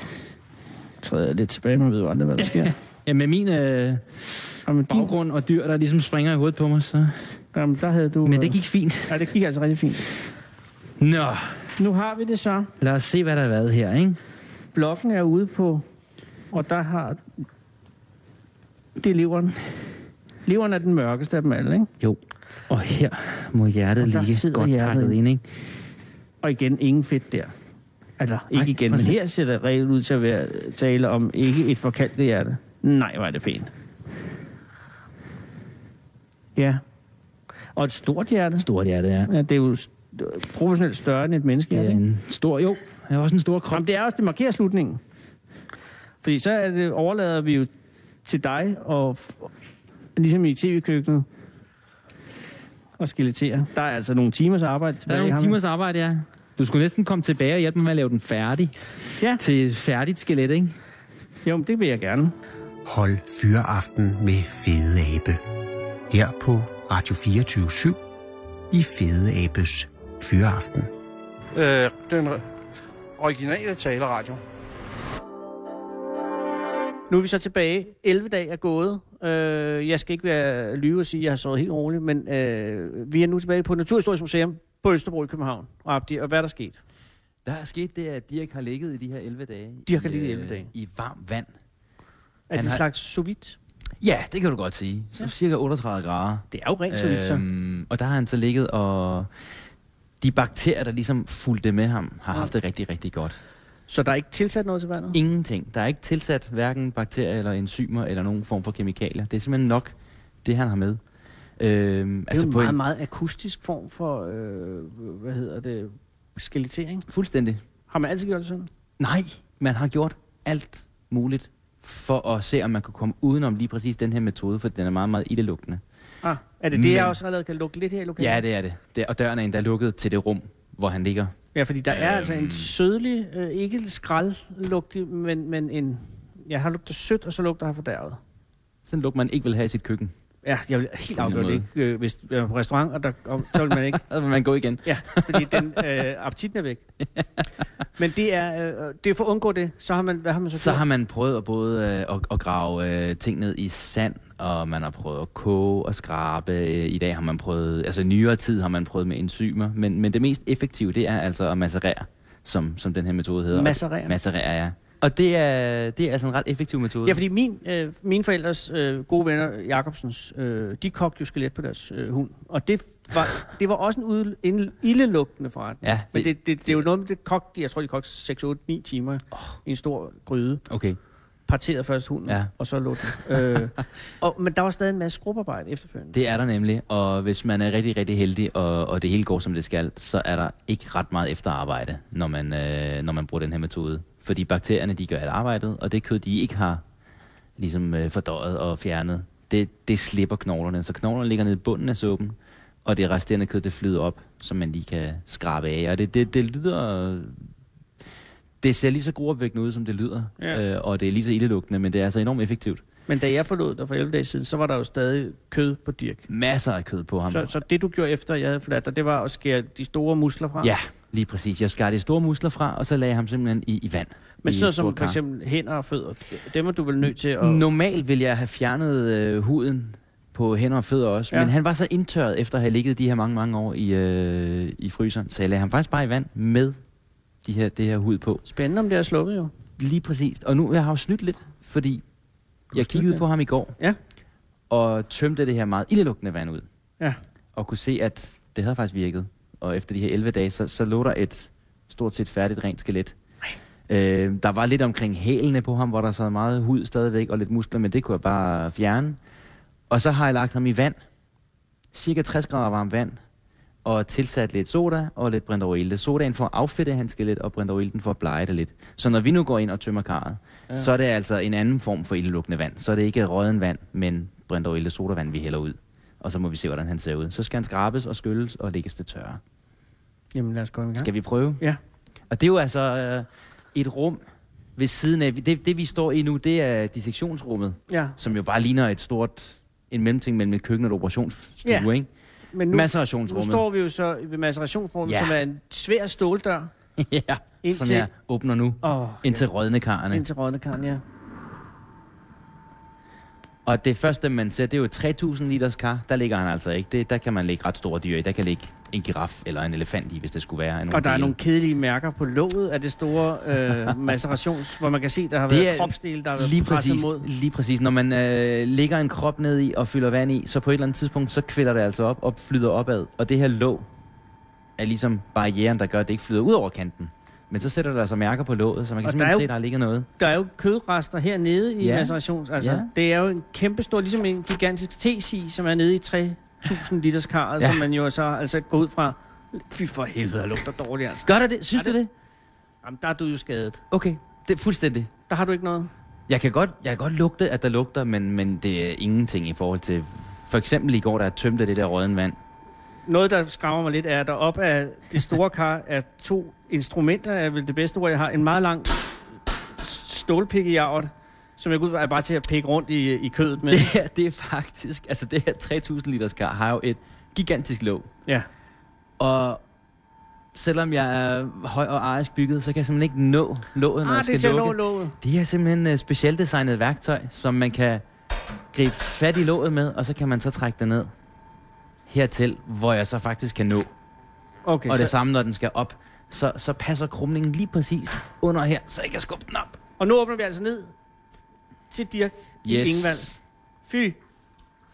Træder jeg lidt tilbage, man ved jo aldrig, hvad der sker.
Ja, med min øh,
Jamen, din,
baggrund og dyr, der ligesom springer i hovedet på mig, så...
jamen, der havde du...
Men det
øh,
gik fint.
Ja, det gik altså rigtig fint.
Nå,
Nu har vi det så.
lad os se, hvad der har været her, ikke?
Blokken er ude på... Og der har... Det er leveren. Leveren er den mørkeste af dem alle, ikke?
Jo. Og her må hjertet
Og der
ligge
sidder
godt
hjertet
pakket
inde.
ind, ikke?
Og igen, ingen fedt der. Altså, ikke
Nej, prøv
igen, men
at se.
her ser det reelt ud til at være tale om ikke et forkaldt hjerte. Nej, var det pænt. Ja. Og et stort hjerte.
Stort hjerte, ja.
Ja, det er jo st- proportionelt større end et menneske.
Det
Ja,
er
det.
en stor, jo, jeg har også en stor krop.
Jamen, det er også, det markerer slutningen. Fordi så er det, overlader vi jo til dig, og f- ligesom i tv-køkkenet, og skeletere. Der er altså nogle timers arbejde
Der
tilbage.
er
har
nogle
man.
timers arbejde, ja. Du skulle næsten komme tilbage og hjælpe mig med at lave den færdig.
Ja.
Til et færdigt skelet, ikke?
Jo, men det vil jeg gerne.
Hold fyreaften med Fede Abe. Her på Radio 24 i Fede Abes Fyreaften.
Øh, den originale taleradio.
Nu er vi så tilbage. 11 dage er gået. Øh, jeg skal ikke være lyve og sige, at jeg har sovet helt roligt, men øh, vi er nu tilbage på Naturhistorisk Museum på Østerbro i København. Og, Abdi, og hvad er der sket?
Der er sket det, at Dirk har ligget i de her 11 dage.
Dirk har ligget i
øh,
11 dage.
I varmt vand.
Er
Han
det en
har-
slags sous vide?
Ja, det kan du godt sige. Så
Ja.
ja. cirka 38 grader.
Det er jo rent sous vide, så.
Øhm, og der har han så ligget, og de bakterier, der ligesom fulgte med ham, har
Ja.
haft det rigtig, rigtig godt.
Så der er ikke tilsat noget til vandet?
Ingenting. Der er ikke tilsat hverken bakterier eller enzymer eller nogen form for kemikalier. Det er simpelthen nok, det han har med. Øhm,
Det er jo en
på
meget, meget akustisk form for, øh, hvad hedder det, skelettering.
Fuldstændig.
Har man altid gjort det sådan?
Nej, man har gjort alt muligt for at se, om man kunne komme udenom lige præcis den her metode, for den er meget, meget ildelugtende.
Ah, er det det, Men... jeg
Men-
også allerede kan lukke lidt her i lokalet?
Ja, det er det. det og døren er endda lukket til det rum, hvor han ligger.
Ja, fordi der er altså en
Øhm.
sødlig, øh, ikke skraldlugtig, men, men en... Jeg har lugtet sødt, og så lugter jeg fordærvet.
Sådan lugt man ikke vil have i sit køkken.
Ja, jeg vil helt
den
afgjort
måde.
ikke, øh, hvis jeg var på restaurant, og der, og, så vil man ikke.
Så vil man gå igen.
Ja, fordi den, øh, appetitten er væk. Men det er, øh, det er for at undgå det, så har man, hvad har man så,
Så
gjort?
har man prøvet at både øh, at, at grave øh, ting ned i sand, og man har prøvet at koge og skrabe. Øh, I dag har man prøvet, altså i nyere tid har man prøvet med enzymer. Men, men det mest effektive, det er altså at masserere, som, som den her metode hedder.
Masserere?
Masserere, ja. Og det er, det er altså en ret effektiv metode.
Ja, fordi min, øh, mine forældres øh, gode venner, Jacobsens, øh, de kogte jo skelet på deres øh, hund. Og det var, det var også en ude, en ildelugtende forretning.
Ja,
Men det, det, det, det er jo
det-
noget med det kogte, jeg tror, de kogte 6, 8, 9 timer oh. i en stor gryde.
Okay.
Parteret først hunden, ja.
Ja.
og så lå den. øh, og, men der var stadig en masse skrubarbejde efterfølgende.
Det er der nemlig, og hvis man er rigtig, rigtig heldig, og, og det hele går, som det skal, så er der ikke ret meget efterarbejde, når man, øh, når man bruger den her metode. Fordi bakterierne, de gør alt arbejdet, og det kød, de ikke har ligesom, øh, fordøjet og fjernet, det, det slipper knoglerne. Så knoglerne ligger nede i bunden af suppen, og det resterende kød, det flyder op, som man lige kan skrabe af. Og det, det, det lyder Det ser lige så gruopvækkende ud, som det lyder,
Ja.
øh, og det er lige så ildelugtende, men det er altså enormt effektivt.
Men da jeg forlod dig for 11 dage siden, så var der jo stadig kød på Dirk.
Masser af kød på ham.
Så, så det, du gjorde efter, jeg havde forladt dig, det var at skære de store musler fra?
Ja, lige præcis. Jeg skar de store musler fra, og så lagde jeg ham simpelthen i, i vand.
Men
I
sådan noget
en stor
som for
kar.
eksempel hænder og fødder, dem er du vel nødt til at...
Normalt ville jeg have fjernet øh, huden på hænder og fødder også,
Ja.
ja. men han var så indtørret efter at have ligget de her mange, mange år i, øh, i fryseren, så jeg lagde ham faktisk bare i vand med de her, det her hud på.
Spændende, om det er sluppet jo.
Lige præcis. Og nu jeg har jo snydt lidt, fordi jeg
snydt lidt?
kiggede på ham i går,
Ja.
og tømte det her meget ildelugtende vand ud,
Ja.
og kunne se, at det havde faktisk virket. Og efter de her 11 dage, så, så lå der et stort set færdigt rent skelet. Øh, der var lidt omkring hælene på ham, hvor der sad meget hud stadigvæk og lidt muskler, men det kunne jeg bare fjerne. Og så har jeg lagt ham i vand, cirka 60 grader varmt vand, og tilsat lidt soda og lidt brintorilde. Sodaen for at affedte hans skelet, og brintorilden for at blege det lidt. Så når vi nu går ind og tømmer karret, ja. så er det altså en anden form for ildelugtende vand. Så er det ikke rødden vand, men brintorilde sodavand, vi hælder ud. Og så må vi se, hvordan han ser ud. Så skal han skrabes og skylles og lægges til tørre.
Jamen lad os gå i gang.
Skal vi prøve?
Ja.
Og det er jo altså øh, et rum ved siden af... Det, det, vi står i nu, det er dissektionsrummet,
Ja,
som jo bare ligner et stort... En mellemting mellem et køkken og et operationsstue,
Ja.
ikke?
men nu, nu
Macerationsrummet.
står vi jo så ved macerationsrummet, ja.
Ja.
som er en svær ståldør.
ja,
Indtil-
som jeg åbner nu.
Åh,
Indtil rødne karrene.
Indtil Rødnekarn, ja.
Og det første, man ser, det er jo et 3000 liters kar. Der ligger han altså ikke. Det, der kan man lægge ret store dyr i. Der kan ligge en giraf eller en elefant i, hvis det skulle være. af
Og der er
dele.
nogle kedelige mærker på låget af det store øh, macerations, hvor man kan se, der har
Det
været
er
kropsdele, der har været
Lige
presset
præcis,
mod.
lige præcis. Når man øh, lægger en krop ned i og fylder vand i, så på et eller andet tidspunkt, så kvæller det altså op og flyder opad. Og det her låg er ligesom barrieren, der gør, at det ikke flyder ud over kanten. Men så sætter der altså mærker på låget, så man kan
Og der
simpelthen
er jo-
se, at der ligger noget.
Der er jo kødrester hernede i ja.
Ja.
macerations. Altså, ja.
Ja.
det er jo en kæmpe stor, ligesom en gigantisk tesi, som er nede i 3000 liters kar, ja. som man jo så altså går ud fra. Fy for helvede, der lugter dårligt, altså.
Gør der det? Synes
Er
du det?
Jamen, der er du jo skadet.
Okay, det er fuldstændig.
Der har du ikke noget.
Jeg kan godt, jeg kan godt lugte, at der lugter, men, men det er ingenting i forhold til... For eksempel i går, der tømte det der rødden vand.
Noget, der skræmmer mig lidt, er, at der op af det store kar er to instrumenter, er vel det bedste ord, jeg har. En meget lang stålpikkejavret, som jeg går ud fra er bare til at pikke rundt i, i kødet med.
Det her, det er faktisk... Altså, det her 3000 liters kar har jo et gigantisk låg.
Ja.
Og selvom jeg er høj og arisk bygget, så kan jeg simpelthen ikke nå låget, når
Ah,
jeg
det er
skal
til at nå
lukke.
låget.
Det er simpelthen uh, specielt designet værktøj, som man kan gribe fat i låget med, og så kan man så trække det ned hertil, hvor jeg så faktisk kan nå.
Okay,
Og det
så,
samme, når den skal op, så, så passer krumningen lige præcis under her, så jeg kan skubbe den op.
og nu åbner vi altså ned til Dirk yes. Ingvald. Fy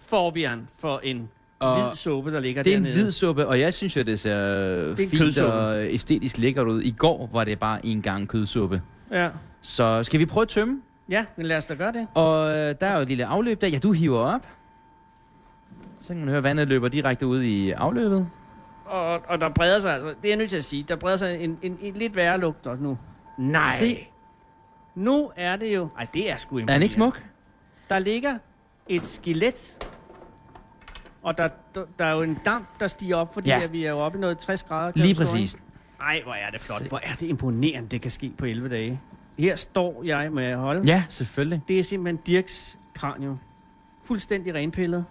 for Bjørn for en og hvid
Og
suppe, der ligger
det er en
dernede.
hvid suppe, og jeg synes jo, det ser det
en
fint
kødsuppe.
og æstetisk lækkert ud. I går var det bare en gang kødsuppe.
Ja.
Så skal vi prøve at tømme?
ja, men lad os da gøre det.
Og øh, der er jo et lille afløb der. Ja, du hiver op. Så kan man høre, at vandet løber direkte ud i afløbet.
Og, og der breder sig, altså, det er jeg nødt til at sige, der breder sig en, en, en lidt værre lugt også nu. Nej. Se.
Se.
Nu er det jo... Ej, det er sgu
Er han ikke smuk?
Der ligger et skelet, og der, der, der er jo en damp, der stiger op, fordi
Ja.
ja. vi er jo oppe i noget 60 grader. kan
Lige
du forstå,
præcis.
Ej, hvor er det flot.
Se.
Hvor er det imponerende, det kan ske på 11 dage. Her står jeg med holde. Ja.
Ja, selvfølgelig.
Det er simpelthen Dirks kranium. Fuldstændig renpillet.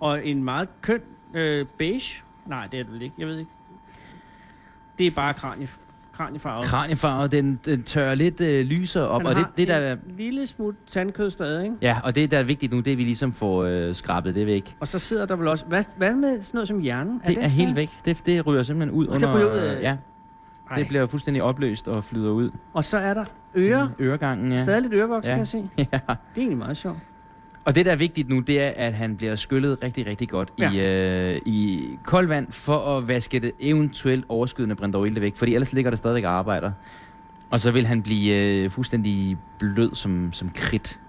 Og en meget køn øh, beige. Nej, det er det vel ikke. Jeg ved ikke. Det er bare kranie, kraniefarvet.
Kraniefarve, den, den tørrer lidt øh, lysere op.
Han
Og det,
har
det, der,
en lille smut tandkød stadig, ikke?
ja, og det, der er vigtigt nu, det er, at vi ligesom får øh, skrabet det væk.
Og så sidder der vel også... Hvad, hvad med sådan noget som hjernen?
Det er, er
stadig-
helt væk. Det, det ryger simpelthen ud
Og det
under...
ryger ud, øh,
ja,
Ej.
det bliver fuldstændig opløst og flyder ud.
Og så er der ører.
Mm, Øregangen,
Ja.
ja.
Stadig lidt ørevoks, ja.
Ja.
kan jeg se. Det
ja.
er egentlig meget sjovt.
Og det, der er vigtigt nu, det er, at han bliver skyllet rigtig, rigtig godt ja. i, øh, i koldt vand, for at vaske det eventuelt overskydende brintorilde væk, fordi ellers ligger der stadigvæk og arbejder. Og så vil han blive øh, fuldstændig blød som, som kridt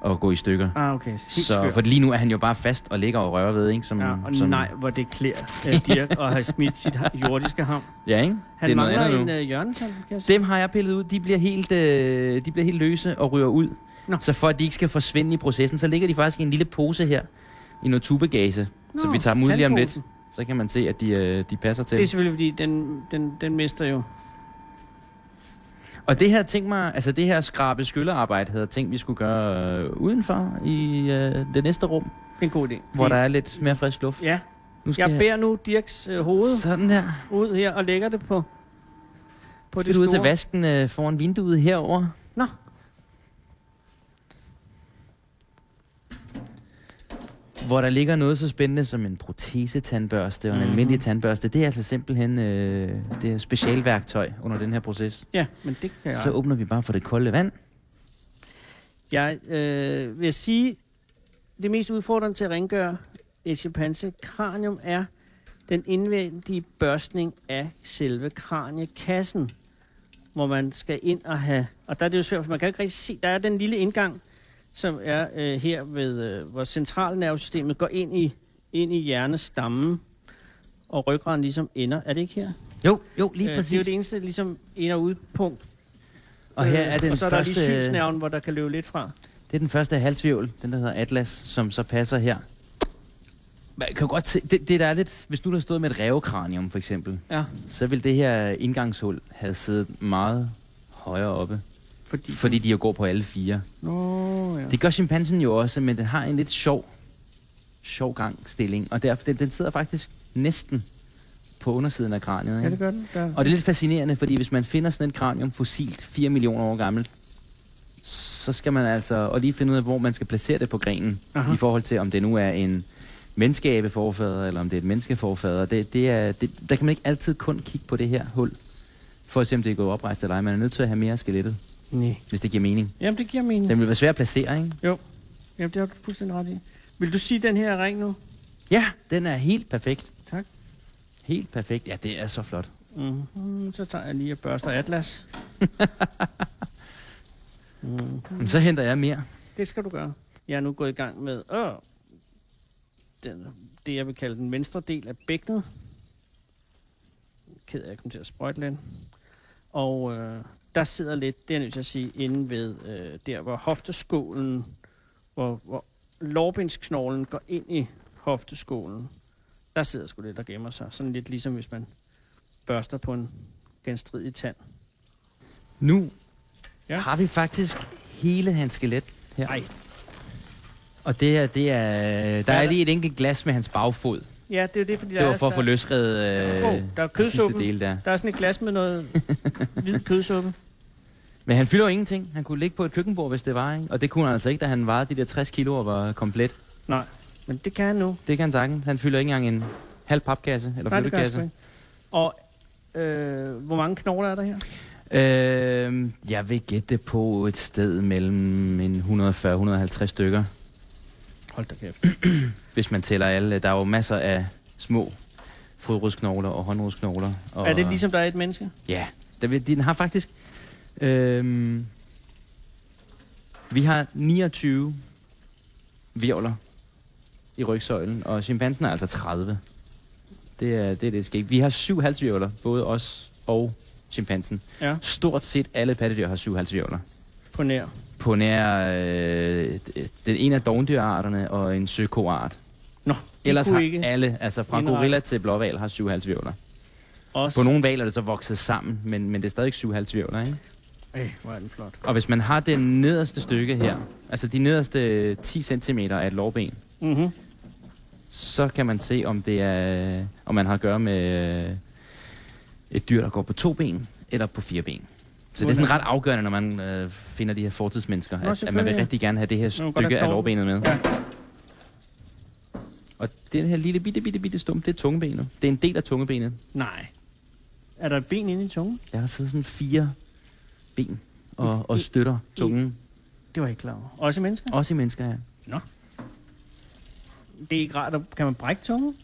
og gå i stykker.
Ah, okay. Helt
Så,
skørt.
for lige nu er han jo bare fast og ligger og rører ved, ikke? Som,
Ja, og
som,
nej, hvor det klæder uh, Dirk at have smidt sit ha- jordiske ham.
Ja, ikke?
Han
det er noget
mangler
andet
en
nu.
uh, hjørnetand, kan jeg se.
Dem har jeg pillet ud. De bliver helt, øh, de bliver helt løse og ryger ud.
Nå.
Nå. Så for at de ikke skal forsvinde i processen, så ligger de faktisk i en lille pose her. I noget tubegase.
Nå,
så vi tager dem ud lige om lidt.
tandposen.
Så kan man se, at de, øh, de passer til.
Det er selvfølgelig, fordi den, den, den mister jo
Og det her, tænk mig, altså det her skrabe skylderarbejde, havde jeg tænkt, vi skulle gøre øh, udenfor i øh, det næste rum,
Det er en god idé.
hvor der er lidt mere frisk luft.
Ja,
Nu skal
jeg bærer nu Dirks øh, hoved
Sådan der.
ud her og lægger det på, på
På
det
det ud til
store.
vasken øh, foran vinduet herover.
Nå.
Hvor der ligger noget så spændende som en protesetandbørste og en
Mhm.
almindelig tandbørste. Det er altså simpelthen øh, det er specialværktøj under den her proces.
Ja, men det kan
Ja.
jeg.
Så åbner vi bare for det kolde vand.
Jeg øh, vil sige, det mest udfordrende til at rengøre et chimpansekranium er den indvendige børstning af selve kraniekassen, hvor man skal ind og have... Og der er det jo svært, for man kan ikke rigtig se... Der er den lille indgang, som er øh, her ved, øh, hvor centralnervesystemet går ind i, ind i hjernestammen, og ryggraden ligesom ender. Er det ikke her?
Jo, jo, lige
Øh,
præcis.
Det er jo det eneste ligesom ind- og udpunkt.
Og her er
Øh,
den
og så er
første,
der lige synsnerven, hvor der kan løbe lidt fra.
det er den første halsvivl, den der hedder Atlas, som så passer her. Man kan jo godt se, det, det der er lidt, hvis nu der stod med et rævekranium for eksempel,
Ja.
så vil det her indgangshul have siddet meget højere oppe,
Fordi...
fordi de jo går på alle fire.
Nå, ja.
Det gør chimpansen jo også, men den har en lidt sjov, sjov gangstilling, og derfor, den, den sidder faktisk næsten på undersiden af kraniet.
Ja,
Ikke?
det gør den. Der.
Og det er lidt fascinerende, fordi hvis man finder sådan et kranium fossilt, 4 millioner år gammelt, så skal man altså og lige finde ud af, hvor man skal placere det på grenen,
Aha.
Aha. i forhold til, om det nu er en menneskeabeforfader, eller om det er et menneskeforfader. Det, det er, det, der kan man ikke altid kun kigge på det her hul, for at se, om det er gået oprejst eller ej. Man er nødt til at have mere af skelettet,
Nej.
hvis det giver mening.
Jamen, det giver mening.
Den vil være svær at placere, ikke?
Jamen, det har du fuldstændig ret i. Vil du sige den her er ring nu?
Ja, den er helt perfekt.
Tak.
Helt perfekt. Ja, det er så flot. Mhm.
Mm-hmm. Så tager jeg lige og børster atlas. Mm.
Men så henter jeg mere.
Det skal du gøre. Jeg er nu gået i gang med øh, den, det, jeg vil kalde den venstre del af bækkenet. Ked af, at jeg kom til at sprøjte lidt. Og øh, der sidder lidt, det er jeg nødt til at sige, inde ved øh, der, hvor hofteskålen, hvor, hvor lårbensknoglen går ind i hofteskålen. Der sidder sgu lidt og gemmer sig. Sådan lidt ligesom hvis man børster på en genstridig tand.
Nu
Ja.
ja. har vi faktisk hele hans skelet her.
Ej.
Og det er, det er, der
Ja,
er
der-
lige et enkelt glas med hans bagfod.
Ja, det er jo det, fordi der
Det var
er-
for at
der-
få løsredet øh,
Åh, der er
den sidste
kødsuppen.
del der.
Der er sådan et glas med noget hvid kødsuppe.
Men han fylder jo ingenting. Han kunne ligge på et køkkenbord, hvis det var. Ikke? Og det kunne han altså ikke, da han vejede de der 60 kilo og var komplet.
Nej, men det kan han nu.
Det kan han sagtens. Han fylder ikke engang en halv papkasse eller
Nej, det gør han
flyttekasse.
sgu ikke. Og øh, hvor mange knogler er der her?
Øh, jeg vil gætte på et sted mellem en 140-150 stykker,
Hold da kæft.
hvis man tæller alle. Der er jo masser af små fodrodsknogler og håndrodsknogler. Og
Er det ligesom, der er et menneske?
Ja, der, vil- den har faktisk... Øhm, vi har 29 virvler i rygsøjlen, og chimpansen er altså 30. Det er det, er det skægt. Vi har syv halsvirvler, både os og chimpansen.
Ja.
Stort set alle pattedyr har syv halsvirvler.
På nær.
På nær øh, den ene af dovendyrarterne og en søkoart.
Nå, de
Ellers
kunne
har
ikke.
alle, altså fra
indrette.
gorilla til blåval, har syv halsvirvler.
Også.
På nogle valer er det så vokset sammen, men, men det er stadig syv halsvirvler, ikke?
Ej, hvor er den flot.
Og hvis man har det nederste stykke her, altså de nederste 10 cm af et lårben,
Mm-hmm.
så kan man se, om det er, om man har at gøre med øh, et dyr, der går på to ben eller på fire ben. Så det er sådan ret afgørende, når man øh, finder de her fortidsmennesker,
Nå,
at, at man vil
selvfølgelig.
rigtig gerne have det her
Nu går der
stykke af
knoglen.
lårbenet med.
Ja.
Og den her lille bitte, bitte, bitte stump, det er tungebenet. Det er en del af tungebenet.
Nej. Er der et ben inde i tungen?
Der har siddet sådan fire ben og, og støtter tungen.
Det var jeg ikke klar over. Også i mennesker?
Også i mennesker, ja.
Det er ikke rart. at- Kan man brække tungen?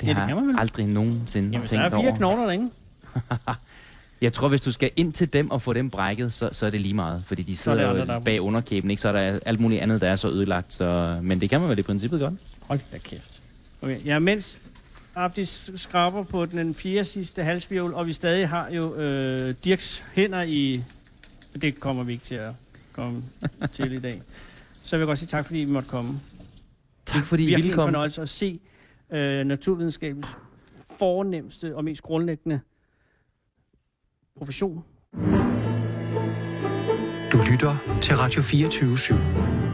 Det,
Ja, det
har
kan
jeg
man vel.
aldrig nogensinde
Jamen, der
tænkt
er fire
over.
knogler derinde.
Jeg tror, hvis du skal ind til dem og få dem brækket, så, så er det lige meget. Fordi de
er det
sidder
andre,
jo
der er på.
bag underkæben, ikke? Så er der alt muligt andet, der er så ødelagt. Så... Men det kan man vel i princippet godt.
Hold da kæft. Okay, ja, mens Abdis skraber på den fjerde sidste halsvirvel, og vi stadig har jo øh, Dirks hænder i... Det kommer vi ikke til at komme til i dag. Så vil jeg godt sige tak, fordi vi måtte komme.
Tak fordi I
Virkelig
ville
en
komme.
fornøjelse at se øh, naturvidenskabens fornemmeste og mest grundlæggende profession
lytter til Radio 24 /7.